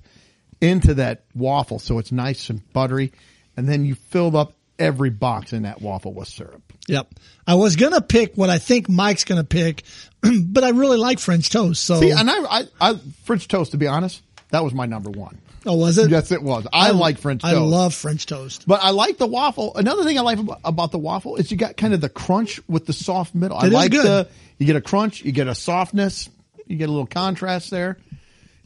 Speaker 1: into that waffle, so it's nice and buttery, and then you fill up every box in that waffle with syrup.
Speaker 2: Yep. I was gonna pick what I think Mike's gonna pick, but I really like French toast. So,
Speaker 1: See, and I, I, I, French toast. To be honest, that was my number one.
Speaker 2: oh, was it?
Speaker 1: Yes, it was. I, like French toast.
Speaker 2: I love French toast.
Speaker 1: but I like the waffle. Another thing I like ab- about the waffle is you got kind of the crunch with the soft middle. I
Speaker 2: It is
Speaker 1: like
Speaker 2: good.
Speaker 1: the you get a crunch, you get a softness, you get a little contrast there.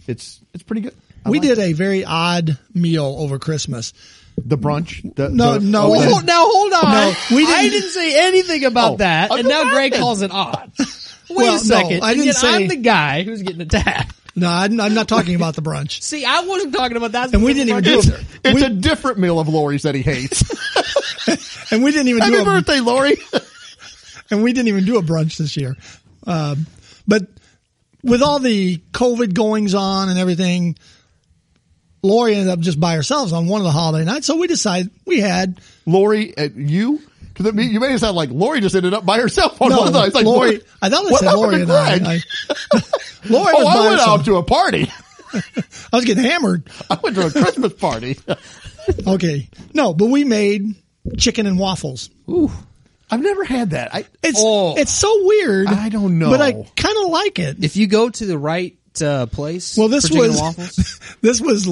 Speaker 1: It's it's pretty good. I
Speaker 2: we
Speaker 1: like
Speaker 2: did
Speaker 1: it.
Speaker 2: a very odd meal over Christmas.
Speaker 1: the brunch. The,
Speaker 2: No,
Speaker 1: the-
Speaker 2: no.
Speaker 1: oh, the-
Speaker 2: Well,
Speaker 3: Oh, now hold on.
Speaker 2: No, we
Speaker 3: I
Speaker 2: didn't-
Speaker 3: didn't say anything about
Speaker 1: Oh,
Speaker 3: that,
Speaker 1: I
Speaker 3: and now
Speaker 1: forgot
Speaker 3: Greg
Speaker 1: it.
Speaker 3: calls it odd. Wait
Speaker 2: Well, no,
Speaker 3: a second.
Speaker 2: I
Speaker 3: and
Speaker 2: didn't
Speaker 3: yet
Speaker 2: say-
Speaker 3: I'm the guy who's getting attacked.
Speaker 2: No, I'm, I'm not talking about the brunch.
Speaker 3: See, I wasn't talking about that.
Speaker 2: And we didn't even do
Speaker 1: it's,
Speaker 2: it.
Speaker 1: it's a different meal of Lori's that he hates.
Speaker 2: And we didn't even do
Speaker 1: Happy
Speaker 2: a,
Speaker 1: birthday, Lori!
Speaker 2: and we didn't even do a brunch this year. Um, but with all the COVID goings on and everything, Lori ended up just by herself on one of the holiday nights. So we decided we had
Speaker 1: Lori, uh, you because you made it sound like Lori just ended up by herself on one of those. It's Like,
Speaker 2: Lori.
Speaker 1: what-
Speaker 2: I thought I
Speaker 1: what
Speaker 2: said
Speaker 1: happened
Speaker 2: Lori
Speaker 1: to
Speaker 2: and I.
Speaker 1: Greg?
Speaker 2: I Lori
Speaker 1: Oh,
Speaker 2: was
Speaker 1: I
Speaker 2: by
Speaker 1: went
Speaker 2: herself.
Speaker 1: out to a party.
Speaker 2: I was getting hammered.
Speaker 1: I went to a Christmas party.
Speaker 2: Okay, no, but we made chicken and waffles.
Speaker 3: Ooh,
Speaker 1: I've never had that. I
Speaker 2: It's
Speaker 3: Oh.
Speaker 2: it's so weird.
Speaker 1: I don't know.
Speaker 2: but I kind of like it.
Speaker 3: if you go to the right uh, place,
Speaker 2: Well, this
Speaker 3: for chicken
Speaker 2: was
Speaker 3: waffles,
Speaker 2: this was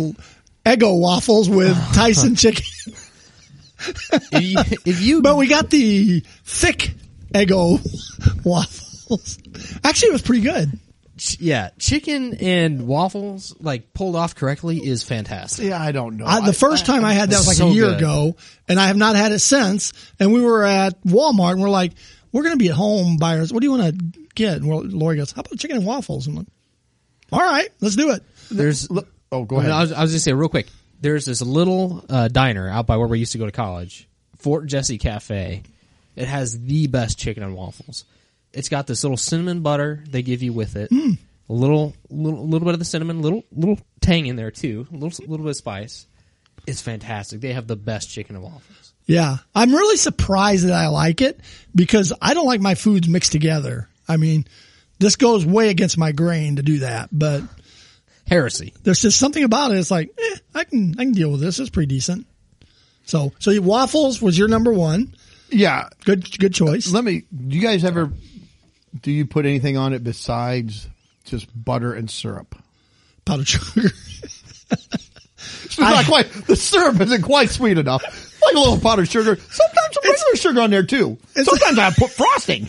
Speaker 2: Eggo waffles with Tyson chicken,
Speaker 3: if you, if you
Speaker 2: but we got the thick Eggo waffles. Actually, it was pretty good.
Speaker 3: ch- yeah, chicken and waffles like pulled off correctly is fantastic.
Speaker 1: yeah, I don't know.
Speaker 2: I, the first time I had that was like
Speaker 3: so
Speaker 2: a year
Speaker 3: good.
Speaker 2: ago, and I have not had it since. And we were at Walmart, and we're like, "We're going to be at home by ours. What do you want to get?" And we're- Lori goes, "How about chicken and waffles?" And I'm like, "All right, let's do it."
Speaker 3: There's
Speaker 1: oh, go ahead.
Speaker 3: I, was, I was just say real quick. There's this little uh, diner out by where we used to go to college, Fort Jesse Cafe. It has the best chicken and waffles. It's got this little cinnamon butter they give you with it.
Speaker 1: Mm.
Speaker 3: A little, little, little bit of the cinnamon, little, little tang in there too. A little, little bit of spice. It's fantastic. They have the best chicken and waffles.
Speaker 2: Yeah, I'm really surprised that I like it because I don't like my foods mixed together. I mean, this goes way against my grain to do that, but
Speaker 3: Heresy.
Speaker 2: there's just something about it. It's like eh, I can I can deal with this. It's pretty decent. So so your waffles was your number one.
Speaker 1: yeah,
Speaker 2: Good good choice.
Speaker 1: let me. Do you guys ever? Do you put anything on it besides just butter and syrup?
Speaker 2: Powdered sugar.
Speaker 1: It's not quite. The syrup isn't quite sweet enough. Like a little powdered sugar. Sometimes a regular sugar on there too. Sometimes I put frosting.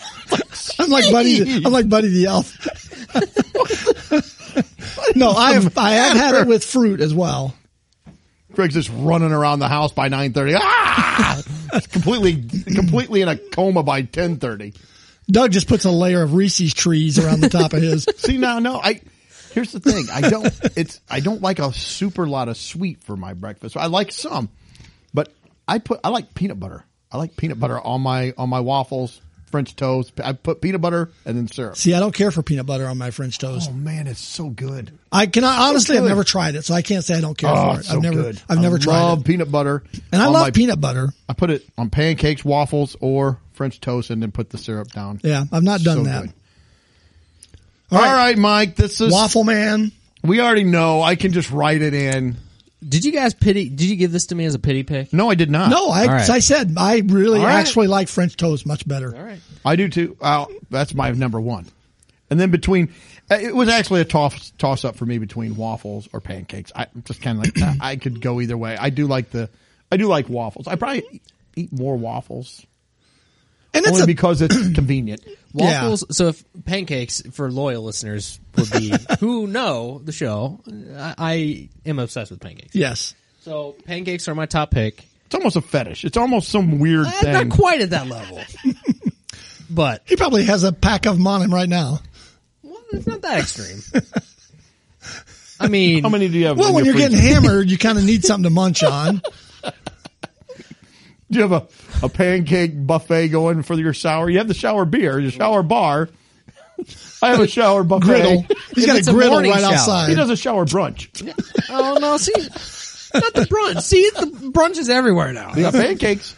Speaker 2: I'm like Buddy. the- I'm like Buddy the Elf. no, I have, I have had it with fruit as well.
Speaker 1: Greg's just running around the house by nine thirty. Ah, completely, completely in a coma by ten thirty.
Speaker 2: Doug just puts a layer of Reese's trees around the top of his.
Speaker 1: See now, no, I. Here's the thing. I don't. It's. I don't like a super lot of sweet for my breakfast. I like some, but I put. I like peanut butter. I like peanut butter on my on my waffles, French toast. I put peanut butter and then syrup.
Speaker 2: See, I don't care for peanut butter on my French toast.
Speaker 1: Oh man, it's so good.
Speaker 2: I can I honestly, I've
Speaker 1: good.
Speaker 2: never tried it, so I can't say I don't care
Speaker 1: Oh,
Speaker 2: for it.
Speaker 1: it's so
Speaker 2: I've never,
Speaker 1: good.
Speaker 2: I've never
Speaker 1: I
Speaker 2: tried
Speaker 1: love
Speaker 2: it,
Speaker 1: peanut butter,
Speaker 2: and I
Speaker 1: on
Speaker 2: love
Speaker 1: my-
Speaker 2: peanut butter.
Speaker 1: I put it on pancakes, waffles, or French toast, and then put the syrup down.
Speaker 2: Yeah, I've not done that.
Speaker 1: good.
Speaker 2: All right.
Speaker 1: All right, Mike. This is
Speaker 2: Waffle Man.
Speaker 1: We already know. I can just write it in.
Speaker 3: Did you guys pity? Did you give this to me as a pity pick?
Speaker 1: No, I did not.
Speaker 2: No, I,
Speaker 3: All right.
Speaker 2: I said I really
Speaker 1: All right.
Speaker 2: actually like French toast much better.
Speaker 3: All right.
Speaker 1: I do too. Uh, that's my number one. And then between, uh, it was actually a toss toss up for me between waffles or pancakes. I I'm just kind of like uh, I- I could go either way. I do like the, I do like waffles. I probably eat- eat more waffles
Speaker 2: And it's
Speaker 1: only
Speaker 2: a,
Speaker 1: because it's convenient.
Speaker 2: Yeah.
Speaker 3: Waffles. So if pancakes for loyal listeners would be who know the show. I, I am obsessed with pancakes.
Speaker 2: yes.
Speaker 3: So pancakes are my top pick.
Speaker 1: It's almost a fetish. It's almost some weird
Speaker 3: Eh,
Speaker 1: thing.
Speaker 3: Not quite at that level, but
Speaker 2: He probably has a pack of them on him right now.
Speaker 3: well, it's not that extreme. I mean,
Speaker 1: How many do you have?
Speaker 2: Well,
Speaker 1: in
Speaker 2: when
Speaker 1: your
Speaker 2: you're getting
Speaker 1: freezer?
Speaker 2: hammered, you kind of need something to munch on.
Speaker 1: do you have a, a pancake buffet going for your sour? You have the shower beer, your shower bar. I have a shower buffet.
Speaker 2: Griddle. He's got
Speaker 3: it's
Speaker 2: a
Speaker 3: a
Speaker 2: griddle
Speaker 3: morning
Speaker 2: right
Speaker 3: shower.
Speaker 1: He
Speaker 2: outside.
Speaker 1: does a shower brunch.
Speaker 3: oh no, see, not the brunch. See, the brunch is everywhere now.
Speaker 1: We got pancakes.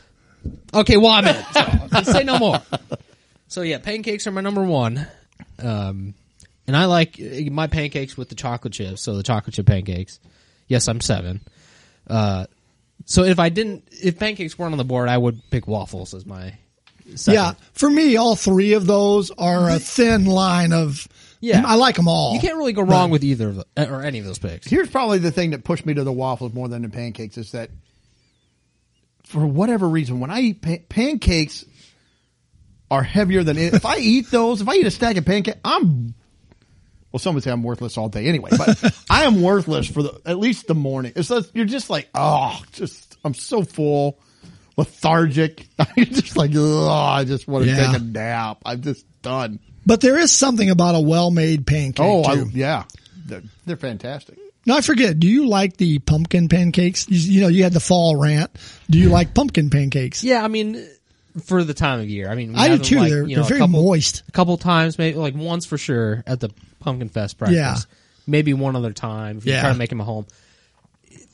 Speaker 3: Okay, well I'm in. So, say no more. So yeah, pancakes are my number one, um, and I like uh, my pancakes with the chocolate chips. So the chocolate chip pancakes. Yes, I'm seven. Uh, so if I didn't, if pancakes weren't on the board, I would pick waffles as my. Seven.
Speaker 2: Yeah, for me, all three of those are a thin line of.
Speaker 3: Yeah.
Speaker 2: I like them all.
Speaker 3: you can't really go wrong with either of the, or any of those picks.
Speaker 1: here's probably the thing that pushed me to the waffles more than the pancakes is that for whatever reason when i eat pa- pancakes are heavier than if i eat those if i eat a stack of pancakes i'm well some would say i'm worthless all day anyway but i am worthless for the at least the morning it's just, you're just like oh just i'm so full lethargic i'm just like oh i just want to
Speaker 2: Yeah.
Speaker 1: take a nap i'm just done
Speaker 2: But there is something about a well-made pancake.
Speaker 1: oh I,
Speaker 2: too.
Speaker 1: yeah they're, they're fantastic
Speaker 2: Now I forget. Do you like the pumpkin pancakes? You, you know, you had the fall rant. Do you like pumpkin pancakes?
Speaker 3: Yeah, I mean, for the time of year. I mean, we
Speaker 2: I do
Speaker 3: have them,
Speaker 2: too.
Speaker 3: like,
Speaker 2: they're
Speaker 3: you know,
Speaker 2: they're
Speaker 3: a
Speaker 2: very
Speaker 3: couple,
Speaker 2: moist.
Speaker 3: a couple times, maybe like once for sure at the Pumpkin Fest breakfast.
Speaker 2: Yeah.
Speaker 3: Maybe one other time if you
Speaker 2: Yeah.
Speaker 3: try to make them a home.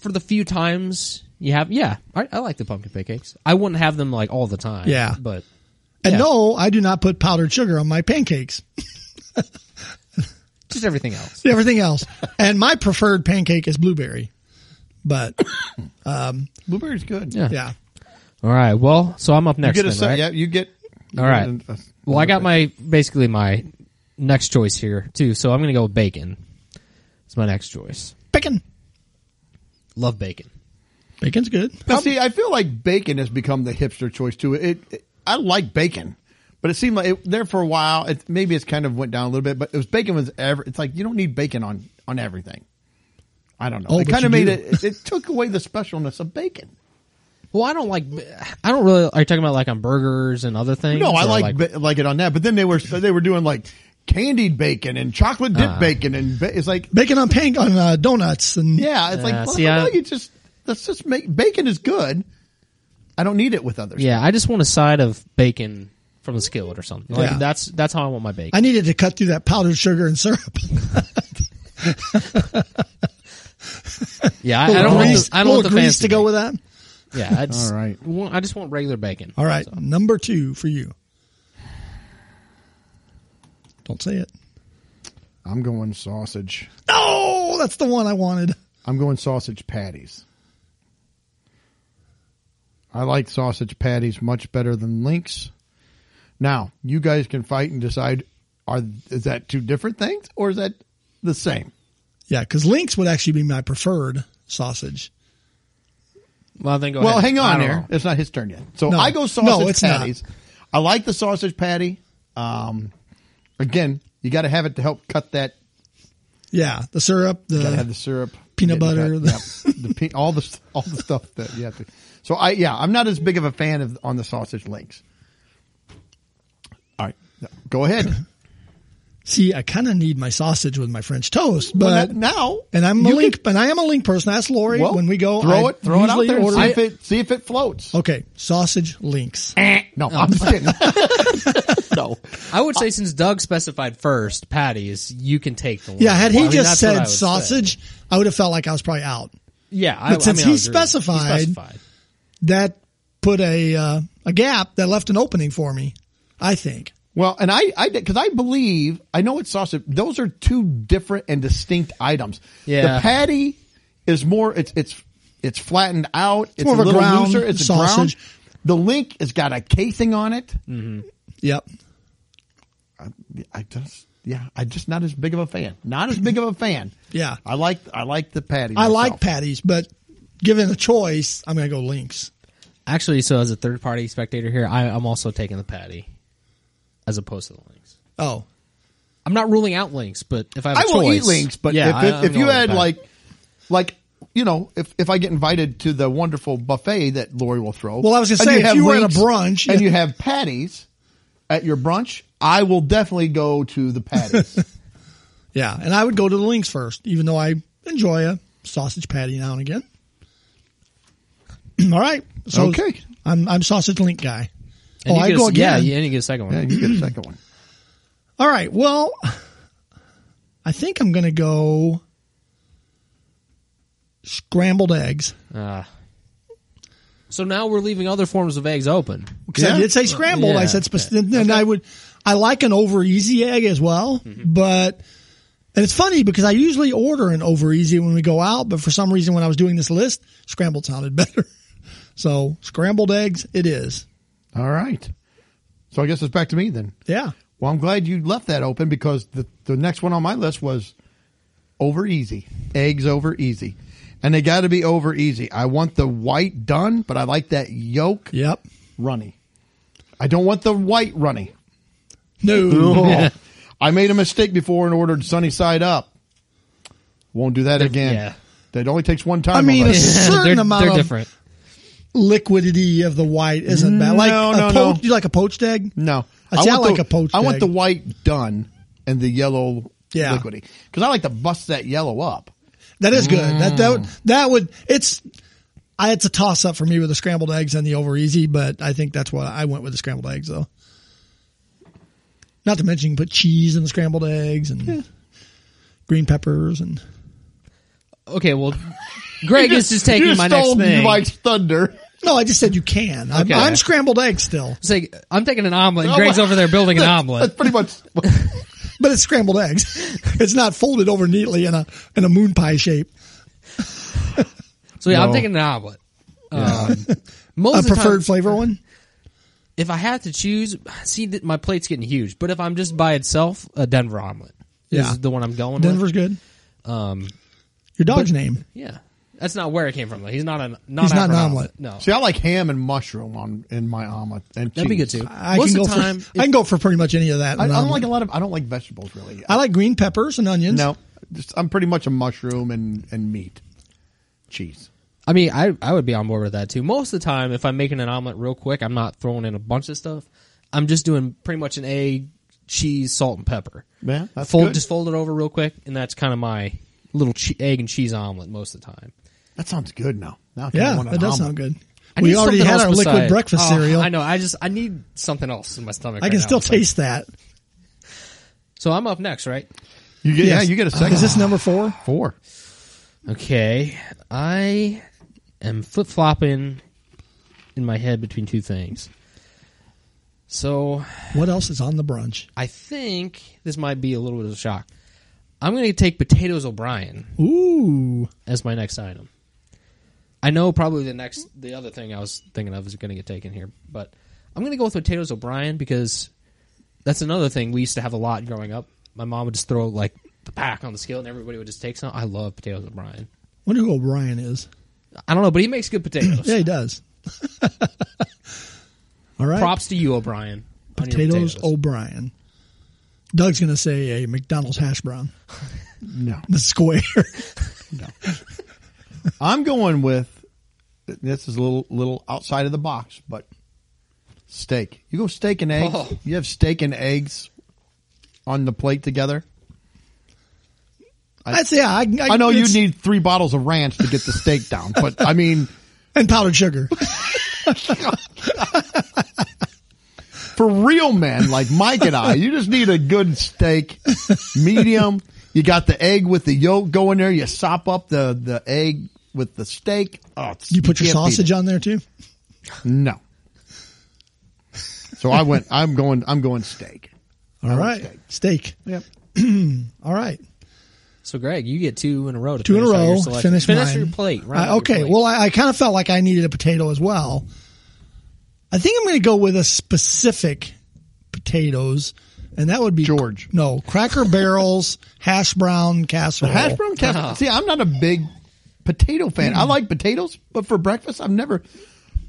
Speaker 3: For the few times you have, yeah, I, I like the pumpkin pancakes. I wouldn't have them like all the time.
Speaker 2: Yeah.
Speaker 3: but
Speaker 2: And
Speaker 3: yeah,
Speaker 2: no, I do not put powdered sugar on my pancakes.
Speaker 3: just everything else.
Speaker 2: Everything else. and my preferred pancake is blueberry. But
Speaker 1: blueberry's good
Speaker 3: Yeah.
Speaker 2: yeah,
Speaker 3: All right. Well, so I'm up next.
Speaker 1: You get a
Speaker 3: then,
Speaker 1: se-
Speaker 3: right?
Speaker 1: yeah, you get.
Speaker 3: All right. Well, I got my basically my next choice here too. So I'm gonna go with bacon. It's my next choice.
Speaker 2: bacon.
Speaker 3: Love bacon.
Speaker 2: Bacon's good.
Speaker 1: Now, see, I feel like bacon has become the hipster choice too. It, it I like bacon, but it seemed like it, there for a while. It, maybe it's kind of went down a little bit, but it was bacon was ever. It's like you don't need bacon on on everything. I don't know.
Speaker 2: Oh,
Speaker 1: it
Speaker 2: but
Speaker 1: kind
Speaker 2: you
Speaker 1: of made
Speaker 2: do.
Speaker 1: it, it. It took away the specialness of bacon.
Speaker 3: Well, I don't like. I don't really. Are you talking about like on burgers and other things?
Speaker 1: No, I
Speaker 3: Or,
Speaker 1: like ba- like it on that. But then they were they were doing like candied bacon and chocolate
Speaker 3: Uh-huh.
Speaker 1: dip bacon, and ba- it's like
Speaker 2: Bacon on pan on uh, donuts and
Speaker 1: yeah, it's like
Speaker 3: Yeah,
Speaker 1: well,
Speaker 3: see,
Speaker 1: how
Speaker 3: I-
Speaker 1: about you just let's just make bacon is good. I don't need it with others.
Speaker 3: Yeah, I just want a side of bacon from the skillet or something. Like
Speaker 2: Yeah.
Speaker 3: that's that's how I want my bacon.
Speaker 2: I needed to cut through that powdered sugar and syrup.
Speaker 3: yeah, I, I don't want the,
Speaker 2: Grease-
Speaker 3: I don't want the
Speaker 2: little grease
Speaker 3: fancy
Speaker 2: to go
Speaker 3: bacon.
Speaker 2: with that.
Speaker 3: Yeah, I just,
Speaker 1: All right.
Speaker 3: want, I just want regular bacon.
Speaker 2: All right, number two for you. Don't say it.
Speaker 1: I'm going sausage.
Speaker 2: No, that's the one I wanted.
Speaker 1: I'm going sausage patties. I like sausage patties much better than links. Now, you guys can fight and decide are is that two different things or is that the same?
Speaker 2: Yeah, because links would actually be my preferred sausage.
Speaker 3: Well, then go
Speaker 1: well,
Speaker 3: ahead.
Speaker 1: hang
Speaker 3: I
Speaker 1: on
Speaker 3: don't
Speaker 1: there.
Speaker 3: know.
Speaker 1: It's not his turn yet. So
Speaker 2: No.
Speaker 1: I go
Speaker 2: No,
Speaker 1: sausage
Speaker 2: it's not.
Speaker 1: patties. I like the sausage patty. Um, again, you got to have it to help cut that.
Speaker 2: Yeah, the syrup, the
Speaker 1: Got to have the syrup,
Speaker 2: peanut
Speaker 1: Yeah,
Speaker 2: butter,
Speaker 1: yeah, the pe- all the all the stuff that you have to. So I yeah, I'm not as big of a fan of on the sausage links. All right, go ahead.
Speaker 2: see. I kind of need my sausage with my French toast,
Speaker 1: Well,
Speaker 2: but
Speaker 1: no- now,
Speaker 2: and I'm a
Speaker 1: you
Speaker 2: link, and I am a link person. Ask Lori
Speaker 1: well,
Speaker 2: when we go.
Speaker 1: throw
Speaker 2: I
Speaker 1: it, throw it out
Speaker 2: usually
Speaker 1: there, and
Speaker 2: order- Oh.
Speaker 1: see if it Eh, see if it floats.
Speaker 2: okay, sausage links.
Speaker 1: No, I'm just kidding. no,
Speaker 3: I would say since Doug specified first patties, you can take the.
Speaker 2: Yeah, had he
Speaker 3: Well, I mean,
Speaker 2: just
Speaker 3: that's what I
Speaker 2: said
Speaker 3: would say.
Speaker 2: sausage, I would have felt like I was probably out.
Speaker 3: Yeah, I,
Speaker 2: But
Speaker 3: I
Speaker 2: since
Speaker 3: mean,
Speaker 2: he
Speaker 3: I agree.
Speaker 2: specified-
Speaker 3: he specified,
Speaker 2: That put a uh, a gap that left an opening for me. I think.
Speaker 1: Well, and I, I, because I believe I know it's sausage. Those are two different and distinct items.
Speaker 3: Yeah.
Speaker 1: The patty is more. It's it's It's flattened out. It's,
Speaker 2: more
Speaker 1: a
Speaker 2: of a
Speaker 1: little
Speaker 2: ground
Speaker 1: looser. It's a ground.
Speaker 2: sausage. Mm.
Speaker 1: The link has got a casing on it.
Speaker 2: Yep.
Speaker 1: I just, yeah, I'm just not as big of a fan. Not as big of a fan.
Speaker 2: Yeah.
Speaker 1: I like, I like the patty.
Speaker 2: I like
Speaker 1: patty.
Speaker 2: patties, but given a choice, I'm going to go links.
Speaker 3: Actually, so as a third party spectator here, I, I'm also taking the patty as opposed to the links.
Speaker 2: Oh,
Speaker 3: I'm not ruling out links, but if I have a
Speaker 1: I will
Speaker 3: choice,
Speaker 1: eat links, but
Speaker 3: yeah,
Speaker 1: if,
Speaker 3: I-
Speaker 1: if,
Speaker 3: I'm
Speaker 1: if you
Speaker 3: going with
Speaker 1: had
Speaker 3: patty.
Speaker 1: like, like, you know, if, if I get invited to the wonderful buffet that Lori will throw.
Speaker 2: Well, I was gonna
Speaker 1: and
Speaker 2: say, if
Speaker 1: have
Speaker 2: you were at a
Speaker 1: links
Speaker 2: brunch-
Speaker 1: and you have patties at your brunch, I will definitely go to the patties.
Speaker 2: yeah. And I would go to the links first, even though I enjoy a sausage patty now and again. All right. So
Speaker 1: Okay.
Speaker 2: I'm, I'm sausage link guy. oh,
Speaker 3: and you
Speaker 2: I
Speaker 3: get a-
Speaker 2: go again.
Speaker 3: Yeah, and you get a second one.
Speaker 1: yeah, you get a second one.
Speaker 2: All right. Well, I think I'm going to go scrambled eggs
Speaker 3: Ah. so now we're leaving other forms of eggs open.
Speaker 2: because
Speaker 1: Yeah?
Speaker 2: I did say scrambled. I
Speaker 3: Yeah.
Speaker 2: said specific, and I would. I like an over easy egg as well,
Speaker 3: Mm-hmm.
Speaker 2: but and it's funny because I usually order an over easy when we go out, but for some reason when I was doing this list, scrambled sounded better. So scrambled eggs, it is.
Speaker 1: All right. So I guess it's back to me then.
Speaker 2: Yeah.
Speaker 1: Well, I'm glad you left that open because the, the next one on my list was over easy. Eggs over easy. And they got to be over easy. I want the white done, but I like that yolk
Speaker 2: Yep.
Speaker 1: runny. I don't want the white runny.
Speaker 2: No.
Speaker 1: I made a mistake before and ordered sunny side up. Won't do that again.
Speaker 3: yeah.
Speaker 1: That only takes one time.
Speaker 2: I mean,
Speaker 1: with
Speaker 2: a
Speaker 1: us.
Speaker 2: certain
Speaker 3: they're,
Speaker 2: amount
Speaker 3: they're
Speaker 2: of
Speaker 3: different.
Speaker 2: liquidity of the white isn't bad. Like
Speaker 1: No,
Speaker 2: a
Speaker 1: no,
Speaker 2: poached,
Speaker 1: no.
Speaker 2: You like a poached egg?
Speaker 1: no.
Speaker 2: I, see, I
Speaker 1: want
Speaker 2: like
Speaker 1: the,
Speaker 2: a poached
Speaker 1: I want
Speaker 2: egg.
Speaker 1: the white done and the yellow
Speaker 2: Yeah.
Speaker 1: liquidy because I like to bust that yellow up.
Speaker 2: That is good. That that
Speaker 3: Mm.
Speaker 2: would, that would it's I it's a toss up for me with the scrambled eggs and the over easy, but I think that's what I went with the scrambled eggs though. Not to mention you can put cheese in the scrambled eggs and green peppers and
Speaker 3: Okay, well, Greg is just taking
Speaker 1: you
Speaker 3: my
Speaker 1: stole
Speaker 3: next thing.
Speaker 1: Mike's thunder.
Speaker 2: no, I just said you can. I'm,
Speaker 3: Okay.
Speaker 2: I'm scrambled eggs still,
Speaker 3: It's like, I'm taking an omelet. and
Speaker 1: Oh,
Speaker 3: Greg's
Speaker 1: my-
Speaker 3: over there building an
Speaker 1: That's
Speaker 3: omelet.
Speaker 1: pretty much.
Speaker 2: but it's scrambled eggs. it's not folded over neatly in a in a moon pie shape.
Speaker 3: So yeah, I'm
Speaker 1: No.
Speaker 3: taking an omelet. Um, most
Speaker 2: A
Speaker 3: of the
Speaker 2: preferred
Speaker 3: time-
Speaker 2: flavor one.
Speaker 3: if I had to choose, see that my plate's getting huge. But if I'm just by itself, a Denver omelet
Speaker 2: Yeah.
Speaker 3: is the one I'm going with.
Speaker 2: Denver's good.
Speaker 3: Um,
Speaker 2: Your dog's name.
Speaker 3: yeah, that's not where it came from. Though. He's not a not
Speaker 2: He's not an
Speaker 3: an omelet.
Speaker 2: omelet.
Speaker 3: No,
Speaker 1: See, I like ham and mushroom on in my omelet, and
Speaker 3: that'd be good
Speaker 1: cheese.
Speaker 3: too.
Speaker 2: I
Speaker 3: Most
Speaker 2: can go
Speaker 3: of the time,
Speaker 2: for I can go for pretty much any of that.
Speaker 1: I, I
Speaker 2: And um, I'm-
Speaker 1: don't like a lot of. I don't like vegetables really.
Speaker 2: I like green peppers and onions.
Speaker 1: no, just, I'm pretty much a mushroom and and meat, cheese.
Speaker 3: I mean, I I would be on board with that too. Most of the time, if I'm making an omelet real quick, I'm not throwing in a bunch of stuff. I'm just doing pretty much an egg, cheese, salt, and pepper.
Speaker 1: Yeah, that's
Speaker 3: fold
Speaker 1: good.
Speaker 3: just fold it over real quick, and that's kind of my little che- egg and cheese omelet most of the time.
Speaker 1: That sounds good now. Now I kinda
Speaker 2: Yeah,
Speaker 1: want an
Speaker 2: that does
Speaker 1: omelet.
Speaker 2: sound good.
Speaker 3: I
Speaker 2: we
Speaker 3: need
Speaker 2: already
Speaker 3: something
Speaker 2: had
Speaker 3: else
Speaker 2: our liquid
Speaker 3: beside-
Speaker 2: breakfast
Speaker 3: Oh,
Speaker 2: cereal.
Speaker 3: I
Speaker 2: I,
Speaker 3: know. I just I need something else in my stomach.
Speaker 2: can
Speaker 3: right
Speaker 2: still
Speaker 3: now. It's like-
Speaker 2: taste that.
Speaker 3: so I'm up next, right?
Speaker 1: You get,
Speaker 2: Yes. Uh-huh.
Speaker 1: Yeah, you get a second.
Speaker 2: Is this number four?
Speaker 1: four?
Speaker 3: Okay, I am flip flopping in my head between two things. So
Speaker 2: What else is on the brunch?
Speaker 3: I think this might be a little bit of a shock. I'm going to take potatoes O'Brien
Speaker 2: Ooh,
Speaker 3: as my next item. I know probably the next the other thing I was thinking of is going to get taken here, but I'm going to go with potatoes O'Brien because that's another thing we used to have a lot growing up. My mom would just throw like the pack on the skillet and everybody would just take some. I love potatoes O'Brien.
Speaker 2: wonder who O'Brien is.
Speaker 3: I don't know, but he makes good potatoes.
Speaker 2: Yeah, he does. All right,
Speaker 3: Props to you, O'Brien. on your
Speaker 2: potatoes O'Brien. Doug's gonna say a McDonald's hash brown,
Speaker 1: No,
Speaker 2: the square.
Speaker 1: I'm going with. This is a little little outside of the box, but steak. You go steak and eggs.
Speaker 3: Oh.
Speaker 1: You have steak and eggs on the plate together.
Speaker 2: That's yeah. I, I,
Speaker 1: I know you
Speaker 2: it's-
Speaker 1: need three bottles of ranch to get the steak down, but I mean,
Speaker 2: and powdered sugar.
Speaker 1: for real men like Mike and I, you just need a good steak, medium. You got the egg with the yolk going there. You sop up the, the egg with the steak. Oh, it's-
Speaker 2: You put your
Speaker 1: can't beat
Speaker 2: sausage
Speaker 1: it.
Speaker 2: on there too.
Speaker 1: No. So I went. I'm going. I'm going steak.
Speaker 2: All right, steak.
Speaker 1: Yep.
Speaker 2: All right.
Speaker 3: So, Greg, you get two in a row. To
Speaker 2: Two in a
Speaker 3: finish out your
Speaker 2: row.
Speaker 3: selection.
Speaker 2: Finish, mine.
Speaker 3: your plate. round
Speaker 2: I-
Speaker 3: out your
Speaker 2: okay.
Speaker 3: plate.
Speaker 2: Well, I, I kind of felt like I needed a potato as well. I think I'm going to go with a specific potatoes, and that would be
Speaker 1: George.
Speaker 2: No, Cracker Barrels hash brown casserole.
Speaker 1: Hash brown casserole. See, I'm not a big potato fan. I like potatoes, but for breakfast, I've never.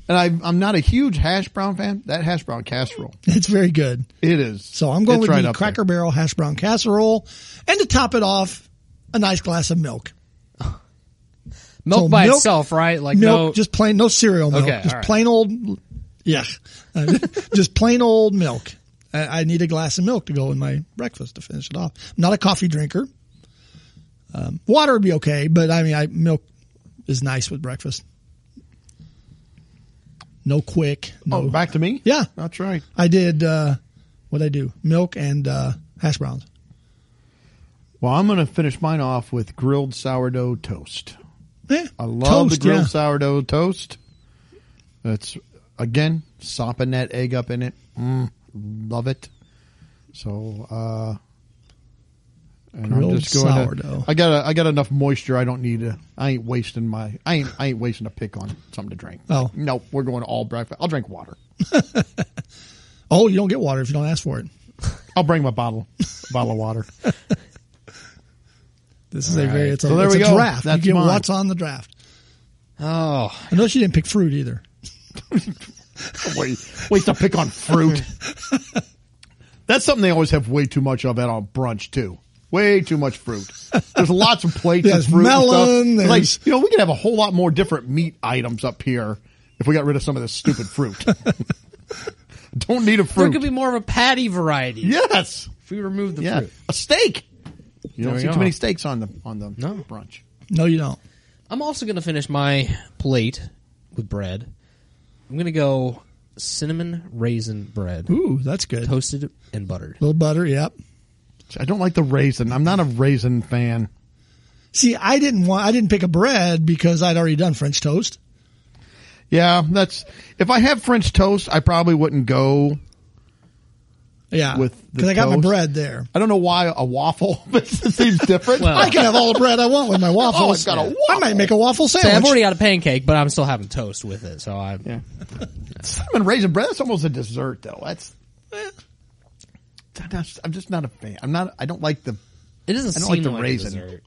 Speaker 1: And I, I'm not a huge hash brown fan. That hash brown casserole,
Speaker 2: It's very good.
Speaker 1: it is.
Speaker 2: So I'm going
Speaker 1: it's
Speaker 2: with
Speaker 1: right
Speaker 2: the
Speaker 1: up there.
Speaker 2: Cracker Barrel hash brown casserole, and to top it off, a nice glass of milk.
Speaker 3: milk
Speaker 2: so
Speaker 3: by
Speaker 2: milk-
Speaker 3: itself, right? Like
Speaker 2: milk,
Speaker 3: no,
Speaker 2: just plain, no cereal milk,
Speaker 3: Okay,
Speaker 2: just
Speaker 3: all right.
Speaker 2: plain old, yeah, Uh, just plain old milk. I, I need a glass of milk to go in my breakfast to finish it off. I'm not a coffee drinker. Um, water would be okay, but I mean, I milk is nice with breakfast. No quick. No,
Speaker 1: Oh, back to me.
Speaker 2: Yeah.
Speaker 1: that's right.
Speaker 2: I did uh, what I do: milk and uh, hash browns.
Speaker 1: Well, I'm going to finish mine off with grilled sourdough toast.
Speaker 2: Eh,
Speaker 1: I love
Speaker 2: toast,
Speaker 1: the grilled
Speaker 2: yeah.
Speaker 1: sourdough toast. It's again sopping that egg up in it. Mm, love it. So, uh, and
Speaker 2: Grilled
Speaker 1: I'm just going to-
Speaker 2: sourdough.
Speaker 1: I got a, I got enough moisture. I don't need to. I ain't wasting my. I ain't. I ain't wasting a pick on something to drink.
Speaker 2: Oh.
Speaker 1: no, we're going all breakfast. I'll drink water.
Speaker 2: Oh, you don't get water if you don't ask for it.
Speaker 1: I'll bring my bottle, bottle of water.
Speaker 2: This is a very
Speaker 3: right.
Speaker 2: it's a,
Speaker 1: So there
Speaker 2: it's
Speaker 1: we
Speaker 2: a
Speaker 1: go.
Speaker 2: draft.
Speaker 1: That's
Speaker 2: you get
Speaker 1: mine.
Speaker 2: what's on the draft.
Speaker 3: oh,
Speaker 2: I know she didn't pick fruit either.
Speaker 1: Wait, wait to pick on fruit. That's something they always have way too much of at a brunch too. Way too much fruit. There's lots of plates
Speaker 2: There's
Speaker 1: of fruit. and stuff.
Speaker 2: melon,
Speaker 1: It's
Speaker 2: there's-
Speaker 1: Like you know, we could have a whole lot more different meat items up here if we got rid of some of this stupid fruit. Don't need a
Speaker 3: there
Speaker 1: fruit.
Speaker 3: could be more of a patty variety
Speaker 1: yes.
Speaker 3: if we remove the
Speaker 1: Yeah.
Speaker 3: fruit.
Speaker 1: A steak. You
Speaker 3: There
Speaker 1: don't
Speaker 3: we
Speaker 1: see
Speaker 3: are.
Speaker 1: too many steaks on the on the
Speaker 3: No.
Speaker 1: brunch.
Speaker 2: No, you don't.
Speaker 3: I'm also going to finish my plate with bread. I'm going to go cinnamon raisin bread,
Speaker 2: Ooh, that's good. A
Speaker 3: toasted and buttered.
Speaker 2: little butter, yep.
Speaker 1: I don't like the raisin. I'm not a raisin fan.
Speaker 2: See, I didn't want I didn't pick a bread because I'd already done French toast.
Speaker 1: Yeah, that's if I have French toast, I probably wouldn't go
Speaker 2: Yeah.
Speaker 1: With the
Speaker 2: Because I got my
Speaker 1: toast?
Speaker 2: bread there.
Speaker 1: I don't know why a waffle but it seems different.
Speaker 3: Well-
Speaker 2: I can have all the bread I want with my waffles.
Speaker 1: Oh, it's got a waffle.
Speaker 2: I might make a waffle
Speaker 3: So
Speaker 2: sandwich.
Speaker 3: I've already got a pancake, but I'm still having toast with it. So I
Speaker 1: yeah. Cinnamon raisin bread, that's almost a dessert though. That's I'm just- I'm just not a fan. I'm not I don't like the
Speaker 3: it doesn't
Speaker 1: I don't
Speaker 3: seem
Speaker 1: like the
Speaker 3: a
Speaker 1: raisin.
Speaker 3: dessert.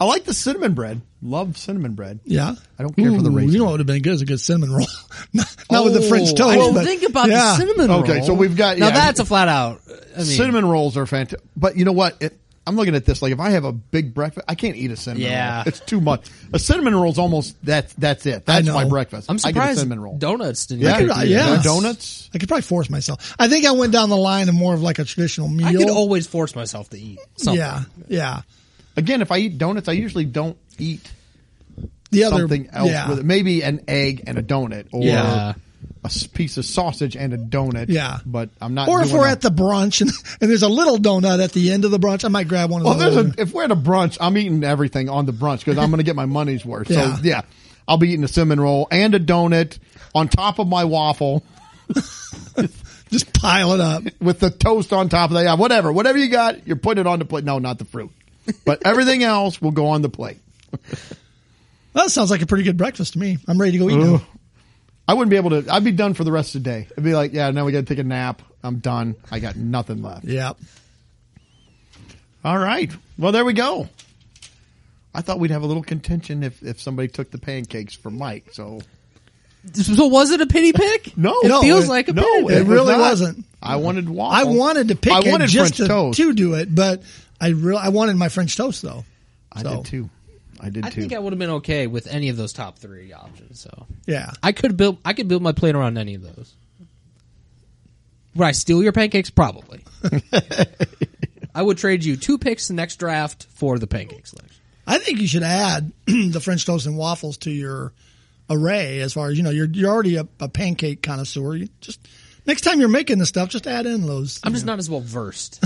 Speaker 1: I like the cinnamon bread. Love cinnamon bread.
Speaker 2: yeah.
Speaker 1: I don't care for the
Speaker 2: Ooh,
Speaker 1: raisin.
Speaker 2: You know what would have been good is a good cinnamon roll. not not with the
Speaker 3: Oh,
Speaker 2: French toast.
Speaker 3: I didn't
Speaker 2: but-
Speaker 3: think about
Speaker 2: yeah.
Speaker 3: the cinnamon roll.
Speaker 1: Okay, so we've got-
Speaker 3: now
Speaker 1: yeah.
Speaker 3: that's a flat out. I mean,
Speaker 1: cinnamon rolls are fantastic. But you know what? It, I'm looking at this like if I have a big breakfast, I can't eat a cinnamon
Speaker 3: Yeah.
Speaker 1: roll. It's too much. A cinnamon roll's almost that's that's it. That's
Speaker 2: know.
Speaker 1: my breakfast.
Speaker 3: I'm
Speaker 1: I get a
Speaker 3: surprised
Speaker 1: cinnamon roll.
Speaker 3: donuts didn't.
Speaker 1: Yeah. I
Speaker 3: get to
Speaker 1: could-
Speaker 3: do
Speaker 1: yeah.
Speaker 3: that.
Speaker 1: They're donuts?
Speaker 2: Uh, I could probably force myself. I think I went down the line of more of like a traditional meal.
Speaker 3: I could always force myself to eat something.
Speaker 2: yeah, yeah.
Speaker 1: Again, if I eat donuts, I usually don't eat
Speaker 2: The other
Speaker 1: something else
Speaker 2: yeah.
Speaker 1: with it. Maybe an egg and a donut, or
Speaker 3: Yeah.
Speaker 1: a s- piece of sausage and a donut.
Speaker 2: Yeah.
Speaker 1: but I'm not.
Speaker 2: Or if
Speaker 1: doing
Speaker 2: we're
Speaker 1: a-
Speaker 2: at the brunch and, and there's a little donut at the end of the brunch, I might grab one of
Speaker 1: well,
Speaker 2: those.
Speaker 1: there's a, if we're at a brunch, I'm eating everything on the brunch because I'm going to get my money's worth.
Speaker 2: Yeah.
Speaker 1: So yeah, I'll be eating a cinnamon roll and a donut on top of my waffle
Speaker 2: Just pile it up.
Speaker 1: with the toast on top of that. Yeah, whatever, whatever you got, you're putting it on the plate. No, not the fruit, but everything else will go on the plate.
Speaker 2: That sounds like a pretty good breakfast to me. I'm ready to go eat now.
Speaker 1: I wouldn't be able to. I'd be done for the rest of the day. I'd be like, yeah, now we got to take a nap. I'm done. I got nothing left.
Speaker 2: Yeah.
Speaker 1: All right. Well, there we go. I thought we'd have a little contention if, if somebody took the pancakes from Mike. So
Speaker 3: So was it a pity pick?
Speaker 1: no,
Speaker 3: it
Speaker 1: no,
Speaker 3: feels like a
Speaker 1: no,
Speaker 3: pity
Speaker 2: It
Speaker 1: was
Speaker 3: pick.
Speaker 2: really
Speaker 1: not.
Speaker 2: wasn't.
Speaker 1: I wanted waffle.
Speaker 2: I wanted to pick
Speaker 1: I wanted
Speaker 2: it just
Speaker 1: French
Speaker 2: to,
Speaker 1: toast.
Speaker 2: to do it, but I real I wanted my French toast though.
Speaker 1: I
Speaker 2: So,
Speaker 1: did too. I did
Speaker 3: I
Speaker 1: too.
Speaker 3: think I would have been okay with any of those top three options. So
Speaker 2: Yeah.
Speaker 3: I could build. I could build my plate around any of those. Would I steal your pancakes? Probably. I would trade you two picks the next draft for the pancakes. Next.
Speaker 2: I think you should add the French toast and waffles to your array as far as you know, you're you're already a, a pancake connoisseur. You just next time you're making the stuff, just add in those.
Speaker 3: I'm just not as well versed.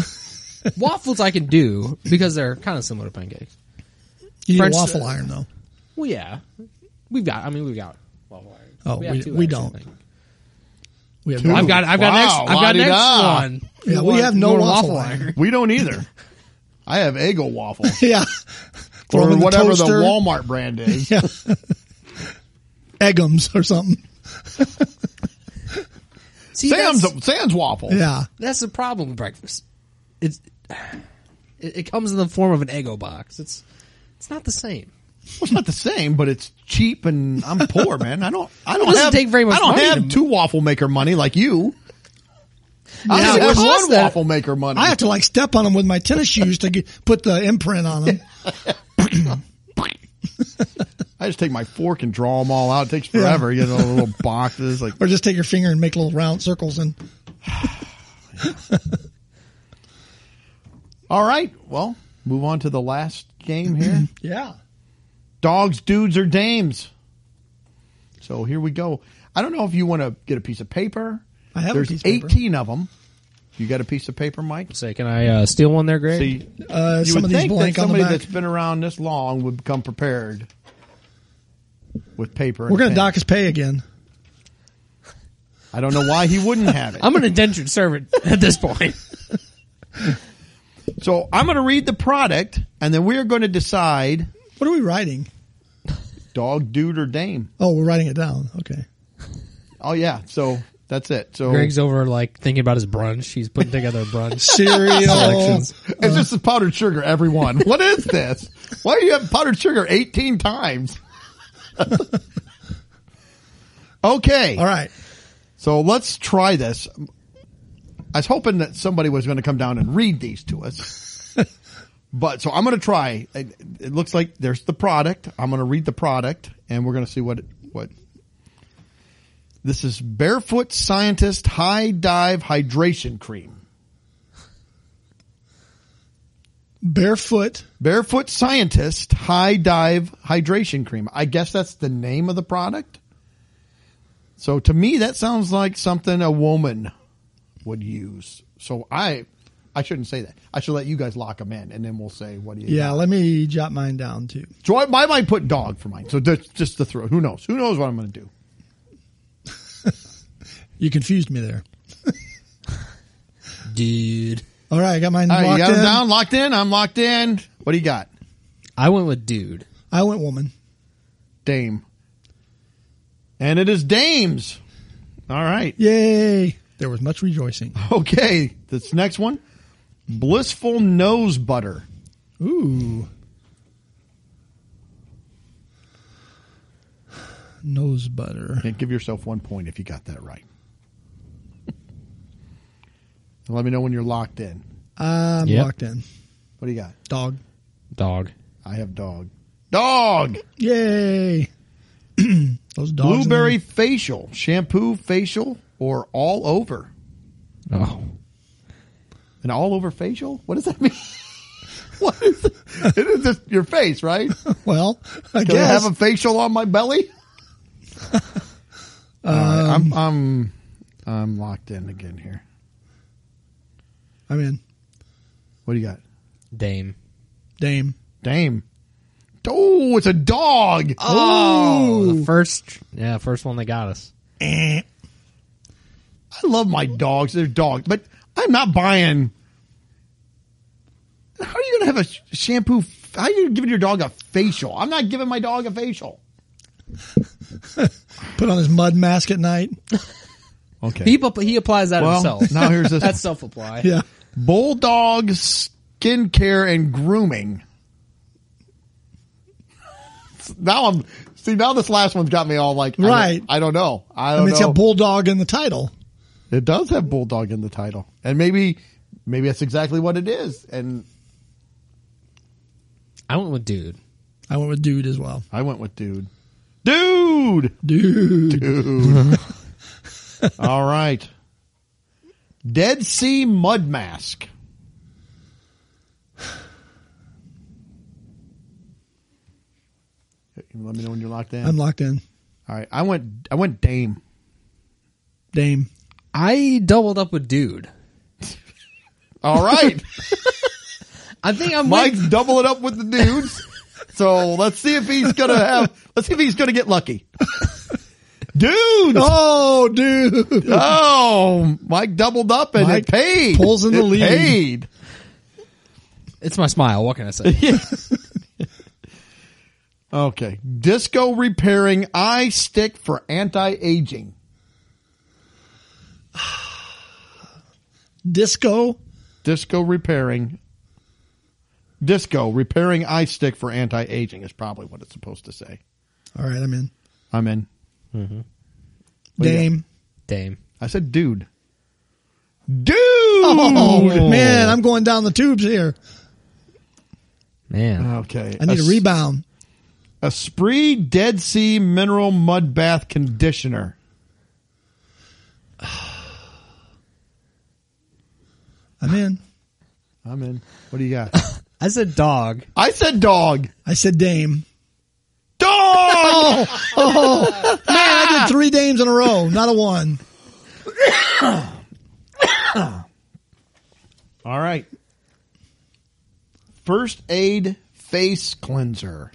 Speaker 3: Waffles I can do because they're kind of similar to pancakes.
Speaker 2: you need
Speaker 3: French-
Speaker 2: a waffle iron though.
Speaker 3: Well, yeah, we've got. I mean, we've got waffle irons.
Speaker 2: Oh,
Speaker 3: have
Speaker 2: we-
Speaker 3: two,
Speaker 2: we
Speaker 3: actually, I
Speaker 2: don't.
Speaker 3: think.
Speaker 2: We have
Speaker 1: Two.
Speaker 3: I've got. I've got
Speaker 1: Wow,
Speaker 3: next. I've got
Speaker 1: la-di-da.
Speaker 3: next one.
Speaker 2: Yeah,
Speaker 3: You
Speaker 2: we
Speaker 3: want-
Speaker 2: have
Speaker 3: you
Speaker 2: no
Speaker 3: want a
Speaker 2: waffle iron.
Speaker 1: we don't either. I have Eggo waffle
Speaker 2: Yeah. Throw 'em
Speaker 1: or
Speaker 2: in
Speaker 1: whatever the
Speaker 2: toaster.
Speaker 1: Walmart brand is.
Speaker 2: Yeah. Eggums or something.
Speaker 3: See,
Speaker 1: Sam's
Speaker 3: that's,
Speaker 1: Sam's waffle.
Speaker 2: Yeah.
Speaker 3: that's the problem with breakfast. It's it, it comes in the form of an Eggo box. It's it's not the same.
Speaker 1: Well, it's not the same, but it's cheap, and I'm poor, man. I don't. I don't
Speaker 3: doesn't
Speaker 1: have.
Speaker 3: take very much
Speaker 1: I don't
Speaker 3: money
Speaker 1: have
Speaker 3: to-
Speaker 1: two waffle maker money like you. I
Speaker 3: Yeah,
Speaker 1: only
Speaker 3: it
Speaker 1: have
Speaker 3: costs
Speaker 1: one
Speaker 3: that-
Speaker 1: waffle maker money.
Speaker 2: I have to like step on them with my tennis shoes to get, put the imprint on them.
Speaker 1: I just take my fork and draw them all out. It takes forever. You know, little boxes. Like
Speaker 2: Or just take your finger and make little round circles and
Speaker 1: All right. Well, move on to the last game here.
Speaker 2: yeah.
Speaker 1: Dogs, dudes, or dames. So here we go. I don't know if you want to get a piece of paper.
Speaker 2: I have a
Speaker 1: There's
Speaker 2: piece of paper.
Speaker 1: 18 of them. You got a piece of paper, Mike?
Speaker 3: Say, can I uh, steal one there, Greg?
Speaker 1: See,
Speaker 2: Uh,
Speaker 1: you
Speaker 2: some
Speaker 1: would
Speaker 2: of these
Speaker 1: think
Speaker 2: blank
Speaker 1: that
Speaker 2: on the
Speaker 1: somebody
Speaker 2: back.
Speaker 1: that's been around this long would become prepared with paper. and
Speaker 2: We're going
Speaker 1: a
Speaker 2: to
Speaker 1: pen.
Speaker 2: dock his pay again.
Speaker 1: I don't know why he wouldn't have it.
Speaker 3: I'm an indentured servant at this point.
Speaker 1: so I'm going to read the product, and then we're going to decide
Speaker 2: What are we writing?
Speaker 1: dog, dude, or dame.
Speaker 2: Oh, we're writing it down. Okay.
Speaker 1: Oh yeah. So that's it. So
Speaker 3: Greg's over like thinking about his brunch. He's putting together a brunch.
Speaker 2: Cereal.
Speaker 3: Selections.
Speaker 1: It's just the powdered sugar, everyone. What is this? Why do you have powdered sugar 18 times? okay.
Speaker 2: All right.
Speaker 1: So let's try this. I was hoping that somebody was going to come down and read these to us. but so I'm going to try. It, it looks like there's the product. I'm going to read the product and we're going to see what, what. This is Barefoot Scientist High Dive Hydration Cream.
Speaker 2: Barefoot.
Speaker 1: Barefoot Scientist High Dive Hydration Cream. I guess that's the name of the product. So to me, that sounds like something a woman would use. So I, I shouldn't say that. I should let you guys lock them in, and then we'll say what do you.
Speaker 2: Yeah, let me jot mine down too.
Speaker 1: So I, I might put dog for mine. So just, just to throw. Who knows? Who knows what I'm going to do?
Speaker 2: You confused me there.
Speaker 3: Dude.
Speaker 2: All right, I got mine
Speaker 1: All right, you
Speaker 2: locked
Speaker 1: got 'em
Speaker 2: in.
Speaker 1: down, locked in. I'm locked in. What do you got,
Speaker 3: I went with dude.
Speaker 2: I went woman.
Speaker 1: Dame? And it is Dames. All right.
Speaker 2: Yay! There was much rejoicing.
Speaker 1: Okay, this next one, blissful nose butter.
Speaker 2: Ooh. Nose butter.
Speaker 1: And give yourself one point if you got that right. And let me know when you're locked in.
Speaker 2: I'm
Speaker 3: Yep.
Speaker 2: locked in.
Speaker 1: What do you got?
Speaker 2: Dog.
Speaker 3: Dog.
Speaker 1: I have dog. Dog.
Speaker 2: Yay! Those dogs. and
Speaker 1: Blueberry facial, shampoo facial, or all over.
Speaker 3: Oh.
Speaker 1: An all over facial? What does that mean? what is it? It is just your face, right? Can
Speaker 2: them. Well, I
Speaker 1: I
Speaker 2: guess.
Speaker 1: have a facial on my belly? All right, I'm I'm I'm locked in again here.
Speaker 2: I'm in.
Speaker 1: What do you got?
Speaker 3: Dame.
Speaker 2: Dame.
Speaker 1: Dame. Oh, it's a dog.
Speaker 3: Oh, the first, yeah, first one that got us.
Speaker 2: Eh.
Speaker 1: I love my dogs. They're dogs, but I'm not buying. How are you going to have a sh- shampoo? f- How are you giving your dog a facial? I'm not giving my dog a facial.
Speaker 2: Put on his mud mask at night.
Speaker 1: Okay.
Speaker 3: He app- he applies that
Speaker 1: well,
Speaker 3: himself.
Speaker 1: now here's this.
Speaker 3: That's self apply.
Speaker 2: Yeah.
Speaker 1: Bulldog skincare and grooming. Now I'm see now this last one's got me all like I don't-
Speaker 2: Right.
Speaker 1: I don't, know I
Speaker 2: I
Speaker 1: don't
Speaker 2: mean, it's
Speaker 1: know
Speaker 2: got bulldog in the title.
Speaker 1: It does have bulldog in the title, and maybe maybe that's exactly what it is. And
Speaker 3: I went with dude.
Speaker 2: I went with dude as well.
Speaker 1: I went with dude, dude,
Speaker 2: Dude.
Speaker 1: dude. All right, Dead Sea mud mask. Let me know when you're locked in.
Speaker 2: I'm locked in.
Speaker 1: All right, I went. I went Dame.
Speaker 2: Dame.
Speaker 3: I doubled up with dude.
Speaker 1: All right.
Speaker 3: I think I'm
Speaker 1: Mike's doubling up with the dudes. So let's see if he's gonna have. Let's see if he's gonna get lucky. Dude,
Speaker 2: Oh, dude.
Speaker 1: oh, Mike doubled up and
Speaker 2: Mike
Speaker 1: it paid.
Speaker 2: pulls in the
Speaker 1: It
Speaker 2: lead.
Speaker 1: Paid.
Speaker 3: It's my smile. What can I say?
Speaker 1: Okay. Disco repairing eye stick for anti aging.
Speaker 2: Disco.
Speaker 1: Disco repairing. Disco repairing eye stick for anti aging is probably what it's supposed to say.
Speaker 2: All right, I'm in.
Speaker 1: I'm in. Well, yeah.
Speaker 2: Dame.
Speaker 3: Dame.
Speaker 1: I said, dude. Dude!
Speaker 2: Oh man, I'm going down the tubes here.
Speaker 3: Man.
Speaker 1: Okay.
Speaker 2: I need a
Speaker 1: s-
Speaker 2: rebound.
Speaker 1: A Spree Dead Sea Mineral Mud Bath Conditioner.
Speaker 2: I'm in.
Speaker 1: I'm in. What do you got?
Speaker 3: I said dog.
Speaker 1: I said dog.
Speaker 2: I said Dame.
Speaker 1: Dog!
Speaker 2: I did three dames in a row, not a one.
Speaker 1: All right. First aid face cleanser.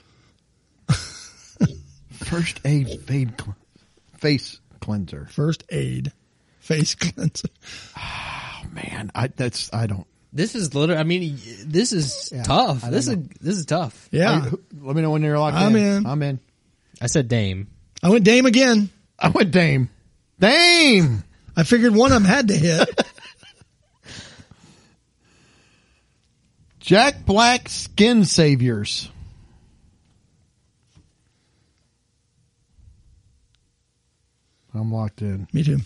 Speaker 1: First aid fade cl- face cleanser.
Speaker 2: First aid, face cleanser.
Speaker 1: Oh man, I that's I don't.
Speaker 3: This is literally. I mean, this is
Speaker 1: Yeah,
Speaker 3: tough.
Speaker 1: I
Speaker 3: This is
Speaker 1: don't
Speaker 3: this is tough.
Speaker 2: Yeah,
Speaker 1: I- let me know when you're locked
Speaker 2: I'm in.
Speaker 1: I'm in.
Speaker 3: I said Dame.
Speaker 2: I went Dame again.
Speaker 1: I went Dame. Dame.
Speaker 2: I figured one of them had to hit.
Speaker 1: Jack Black skin saviors. I'm locked in.
Speaker 2: Me too,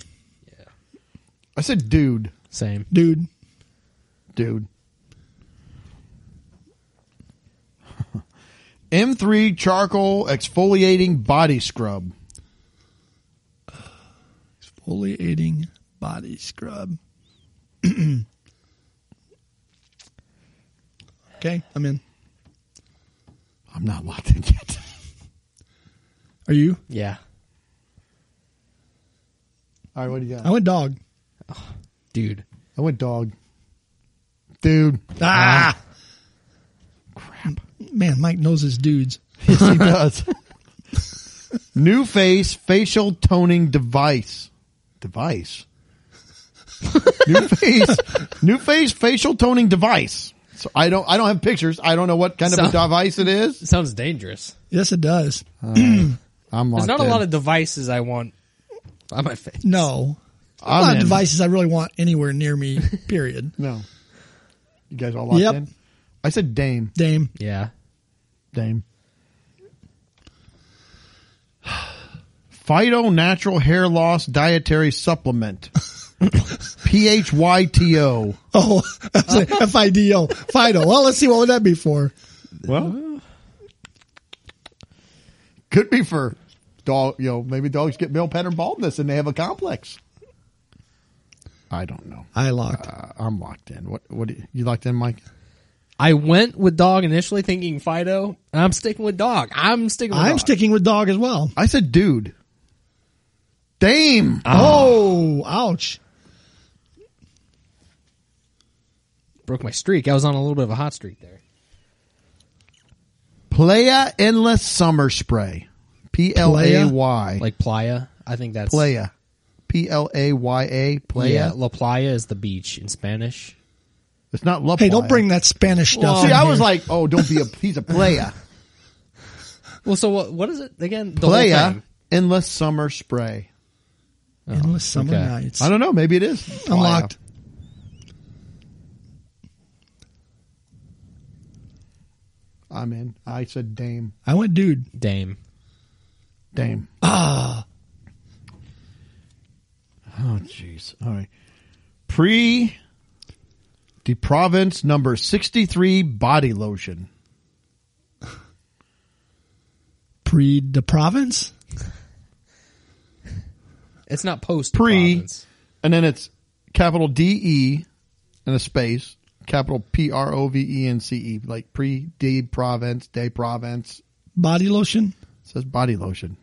Speaker 1: I said dude.
Speaker 3: Same.
Speaker 2: dude.
Speaker 1: dude. M3 charcoal exfoliating body scrub.
Speaker 2: Exfoliating body scrub. okay, I'm in.
Speaker 1: I'm not locked in yet.
Speaker 2: Are you?
Speaker 3: Yeah.
Speaker 1: All right, what do you
Speaker 2: I
Speaker 1: got?
Speaker 2: went dog.
Speaker 3: Dude.
Speaker 1: I went dog. Dude.
Speaker 2: Ah, crap! Man, Mike knows his dudes.
Speaker 1: Yes, he does. New face facial toning device. Device. new face. New face facial toning device. So I don't I don't have pictures. I don't know what kind of a
Speaker 3: So-
Speaker 1: device it is.
Speaker 3: Sounds dangerous.
Speaker 2: Yes, it does.
Speaker 1: I'm
Speaker 3: There's
Speaker 1: locked
Speaker 3: not a
Speaker 1: in.
Speaker 3: lot of devices I want on my face.
Speaker 2: No, a
Speaker 1: I'm
Speaker 2: lot of
Speaker 1: in.
Speaker 2: devices I really want anywhere near me. Period.
Speaker 1: No. You guys all locked
Speaker 2: Yep.
Speaker 1: in? I said Dame.
Speaker 2: Dame.
Speaker 3: Yeah.
Speaker 1: Dame. Phyto Natural Hair Loss Dietary Supplement. P H Y T O.
Speaker 2: Oh, F I D O. Fido. Well, let's see what would that be for.
Speaker 1: Well, could be for dog. You know, maybe dogs get male pattern baldness and they have a complex. I don't know.
Speaker 2: I locked.
Speaker 1: Uh, I'm locked in. What? What? do you- You locked in, Mike?
Speaker 3: I went with dog initially, thinking Fido. and I'm sticking with dog. I'm sticking. with
Speaker 2: I'm
Speaker 3: dog.
Speaker 2: sticking with dog as well.
Speaker 1: I said, dude. Dame.
Speaker 2: Oh, ouch.
Speaker 3: Broke my streak. I was on a little bit of a hot streak there.
Speaker 1: Playa Endless Summer Spray. P L A Y.
Speaker 3: Like playa. I think that's
Speaker 1: Playa. P L A Y A. Playa.
Speaker 3: Yeah, La Playa is the beach in Spanish.
Speaker 1: It's not La
Speaker 2: Hey,
Speaker 1: Playa.
Speaker 2: don't bring that Spanish stuff.
Speaker 1: See,
Speaker 2: in
Speaker 1: I was
Speaker 2: here.
Speaker 1: like, oh, don't be a. He's a playa.
Speaker 3: Well, so what? What is it again? The whole
Speaker 1: playa
Speaker 3: thing.
Speaker 1: Endless Summer Spray.
Speaker 2: Oh, endless summer
Speaker 3: okay.
Speaker 2: nights.
Speaker 1: I don't know. Maybe it is. Playa.
Speaker 2: I'm locked.
Speaker 1: I'm in. I said Dame.
Speaker 2: I went, dude.
Speaker 3: Dame.
Speaker 1: Dame. Ah. Oh, jeez. All right. Pre de Province number 63 body lotion.
Speaker 2: Pre de province.
Speaker 3: It's not post
Speaker 1: pre,
Speaker 3: province.
Speaker 1: and then it's capital D E, and a space, capital P R O V E N C E, like pre D Province, Day Province.
Speaker 2: Body lotion.
Speaker 1: It says body lotion.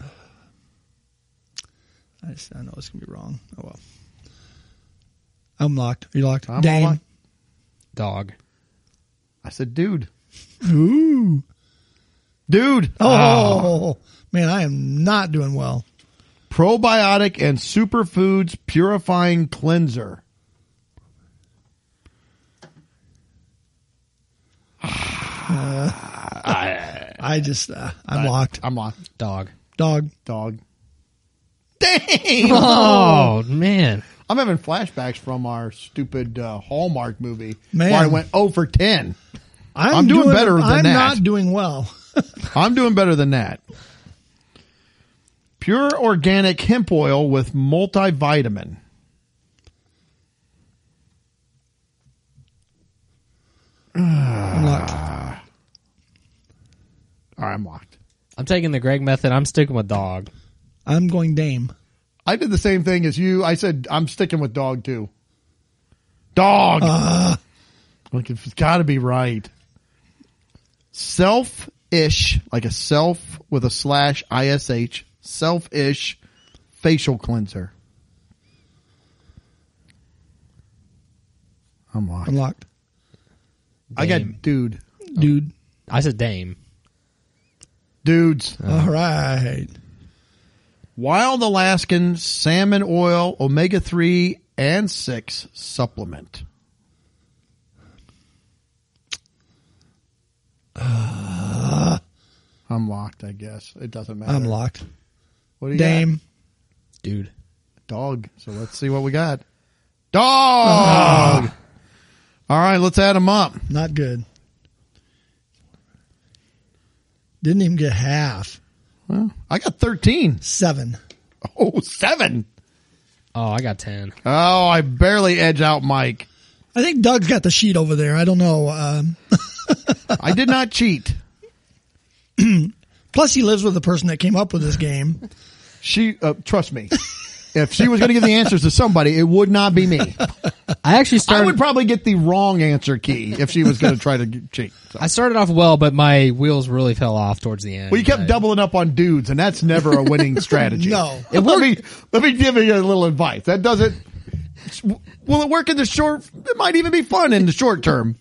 Speaker 2: I, just, I know it's gonna be wrong. Oh well. I'm locked. Are you locked?
Speaker 1: I'm all
Speaker 2: Dame.
Speaker 1: locked.
Speaker 3: dog.
Speaker 1: I said, dude,
Speaker 2: Ooh.
Speaker 1: dude, Ah.
Speaker 2: Oh man, I am not doing well.
Speaker 1: probiotic and superfoods purifying cleanser.
Speaker 2: I just, uh, I'm locked.
Speaker 1: I'm locked.
Speaker 3: Dog.
Speaker 2: Dog.
Speaker 1: Dog. Dang!
Speaker 3: Oh man.
Speaker 1: I'm having flashbacks from our stupid uh, Hallmark movie
Speaker 2: Man.
Speaker 1: where I went 0 for 10. I'm doing better than
Speaker 2: I'm
Speaker 1: that.
Speaker 2: not doing well.
Speaker 1: I'm doing better than that. Pure organic hemp oil with multivitamin.
Speaker 2: I'm locked.
Speaker 1: All right, I'm locked.
Speaker 3: I'm taking the Greg method. I'm sticking with dog.
Speaker 2: I'm going Dame.
Speaker 1: I did the same thing as you. I said I'm sticking with dog too. Dog. Like it's got to be right. Self-ish, like a self with a slash ish. Self-ish facial cleanser. I'm locked.
Speaker 2: I'm locked.
Speaker 1: I got
Speaker 3: Dame.
Speaker 1: dude,
Speaker 2: Dude.
Speaker 3: I said Dame.
Speaker 1: dudes.
Speaker 2: All right.
Speaker 1: Wild Alaskan salmon oil, omega three and six supplement. I'm locked, I guess. It doesn't matter.
Speaker 2: I'm locked.
Speaker 1: Uh, What do you
Speaker 2: Dame.
Speaker 3: Dude.
Speaker 1: got? Dog. So let's see what we got. Dog. All right, let's add them up.
Speaker 2: Not good. Didn't even get half.
Speaker 1: Well, I got 13.
Speaker 2: Seven.
Speaker 1: Oh, seven.
Speaker 3: Oh, I got ten.
Speaker 1: Oh, I barely edge out Mike.
Speaker 2: I think Doug's got the sheet over there. I don't know. Um,
Speaker 1: I did not cheat.
Speaker 2: plus, he lives with the person that came up with this game.
Speaker 1: She, uh, trust me, if she was going to give the answers to somebody, it would not be me.
Speaker 3: I actually started.
Speaker 1: I would probably get the wrong answer key if she was going to try to g- cheat. So.
Speaker 3: I started off well, but my wheels really fell off towards the end.
Speaker 1: Well, you kept
Speaker 3: I-
Speaker 1: doubling up on dudes, and that's never a winning strategy.
Speaker 2: No.
Speaker 1: It let me let me give you a little advice. That doesn't. Will it work in the short? It might even be fun in the short term,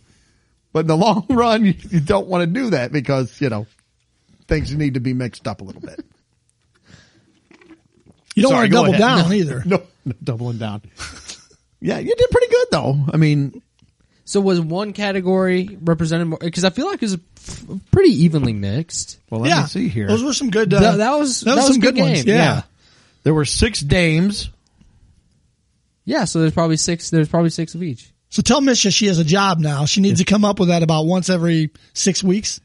Speaker 1: but in the long run, you, you don't want to do that because you know things need to be mixed up a little bit.
Speaker 2: You don't
Speaker 1: Sorry,
Speaker 2: want to
Speaker 1: go
Speaker 2: double
Speaker 1: ahead.
Speaker 2: down either.
Speaker 1: No, no doubling down. Yeah, you did pretty good though. I mean,
Speaker 3: So was one category represented more? Because I feel like it was f- pretty evenly mixed.
Speaker 1: well, let
Speaker 2: yeah.
Speaker 1: me see here.
Speaker 2: Those were some good. Uh,
Speaker 3: That- that was- that was a
Speaker 2: some
Speaker 3: good
Speaker 2: ones.
Speaker 3: game.
Speaker 2: Yeah.
Speaker 3: Yeah.
Speaker 1: There were six dames.
Speaker 3: Yeah. So there's probably six. There's probably six of each.
Speaker 2: So tell Misha she has a job now. She needs to come up with that about once every six weeks.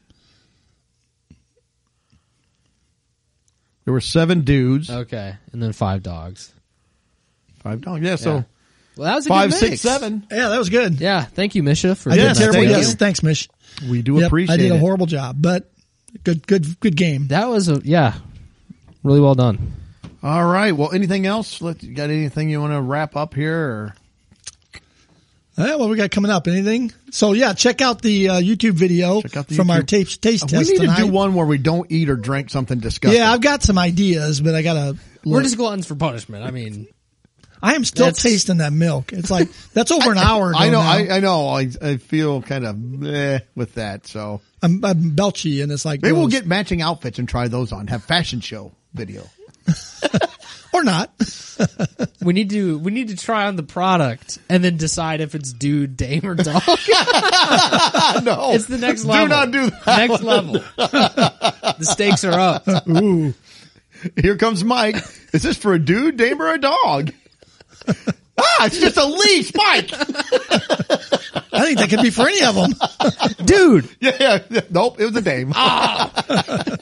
Speaker 1: There were seven dudes.
Speaker 2: Uh,
Speaker 3: Okay, and then five dogs.
Speaker 1: Five dogs. Yeah, so
Speaker 3: Yeah. Well, that was a
Speaker 1: five,
Speaker 3: good
Speaker 1: six,
Speaker 3: mix.
Speaker 1: seven.
Speaker 2: Yeah, that was good.
Speaker 3: Yeah. Thank you, Misha, for
Speaker 2: I
Speaker 3: doing
Speaker 2: did
Speaker 1: Yes,
Speaker 3: that.
Speaker 2: terrible.
Speaker 1: thank
Speaker 2: Yes,
Speaker 1: you.
Speaker 2: thanks, Mish.
Speaker 1: We do
Speaker 2: Yep,
Speaker 1: appreciate
Speaker 2: I did a
Speaker 1: it.
Speaker 2: horrible job, but good, good, good game.
Speaker 3: That was a yeah, really well done.
Speaker 1: All right. Well, anything else? Let you got anything you want to wrap up here? Or?
Speaker 2: All right, what we got coming up? Anything? So yeah, check out the uh, YouTube video
Speaker 1: Check out the
Speaker 2: from our
Speaker 1: YouTube. Uh,
Speaker 2: taste taste
Speaker 1: We
Speaker 2: test
Speaker 1: need
Speaker 2: tonight.
Speaker 1: to do one where we don't eat or drink something disgusting.
Speaker 2: yeah, I've got some ideas, but I gotta.
Speaker 3: We're
Speaker 2: Look.
Speaker 3: just gluttons for punishment. I mean,
Speaker 2: I am still
Speaker 3: that's-
Speaker 2: tasting that milk. It's like that's over an hour. Ago
Speaker 1: I know.
Speaker 2: now.
Speaker 1: I, I know. I, I feel kind of meh with that. So
Speaker 2: I'm, I'm belchy, and it's like
Speaker 1: maybe we'll
Speaker 2: gross.
Speaker 1: get matching outfits and try those on. Have fashion show video.
Speaker 2: or not.
Speaker 3: we need to we need to try on the product and then decide if it's dude, dame, or dog.
Speaker 1: no,
Speaker 3: It's the next level.
Speaker 1: Do not do that.
Speaker 3: Next level. the stakes are up.
Speaker 2: Ooh,
Speaker 1: Here comes Mike. Is this for a dude, dame, or a dog? ah, it's just a leash, Mike.
Speaker 2: I think that could be for any of them.
Speaker 3: Dude.
Speaker 1: Yeah, yeah, yeah. Nope, it was a dame.
Speaker 2: Ah.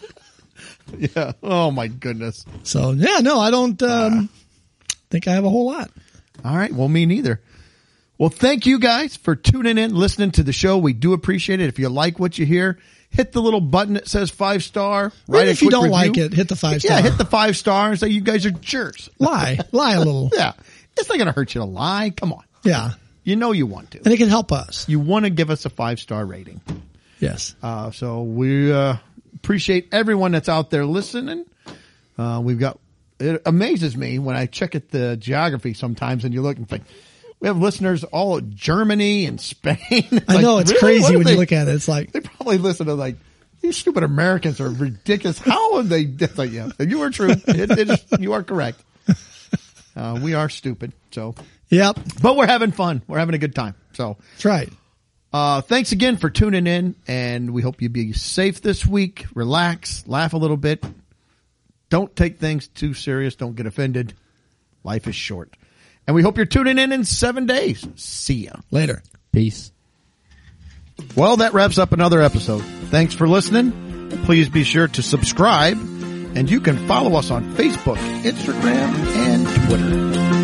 Speaker 1: yeah. Oh my goodness.
Speaker 2: So yeah, no, I don't um, think I have a whole lot.
Speaker 1: All right. Well, me neither. Well, thank you guys for tuning in, listening to the show. We do appreciate it. If you like what you hear, hit the little button that says five star.
Speaker 2: Even
Speaker 1: Right.
Speaker 2: if you don't like it, hit the five
Speaker 1: Yeah,
Speaker 2: star.
Speaker 1: hit the five star and say you guys are jerks.
Speaker 2: Lie, lie a little.
Speaker 1: Yeah. It's not going to hurt you to lie. Come on.
Speaker 2: Yeah,
Speaker 1: You know you want to.
Speaker 2: and it can help us.
Speaker 1: You want to give us a five star rating.
Speaker 2: Yes.
Speaker 1: Uh, so we uh, appreciate everyone that's out there listening. Uh, we've got it amazes me when I check at the geography sometimes, and you look and think we have listeners all of Germany and Spain.
Speaker 2: I know it's crazy when you look at it. It's like
Speaker 1: They probably listen to like these stupid Americans are ridiculous. How are they? It's like, yeah, you are true. It, it is, you are correct. Uh, we are stupid. So,
Speaker 2: Yep,
Speaker 1: but we're having fun. We're having a good time. So.
Speaker 2: that's right.
Speaker 1: Uh, thanks again for tuning in, and we hope you be safe this week. Relax, laugh a little bit. Don't take things too serious. Don't get offended. Life is short. And we hope you're tuning in in seven days. See ya.
Speaker 2: Later.
Speaker 3: Peace.
Speaker 1: Well, that wraps up another episode. Thanks for listening. Please be sure to subscribe, and you can follow us on Facebook, Instagram, and Twitter.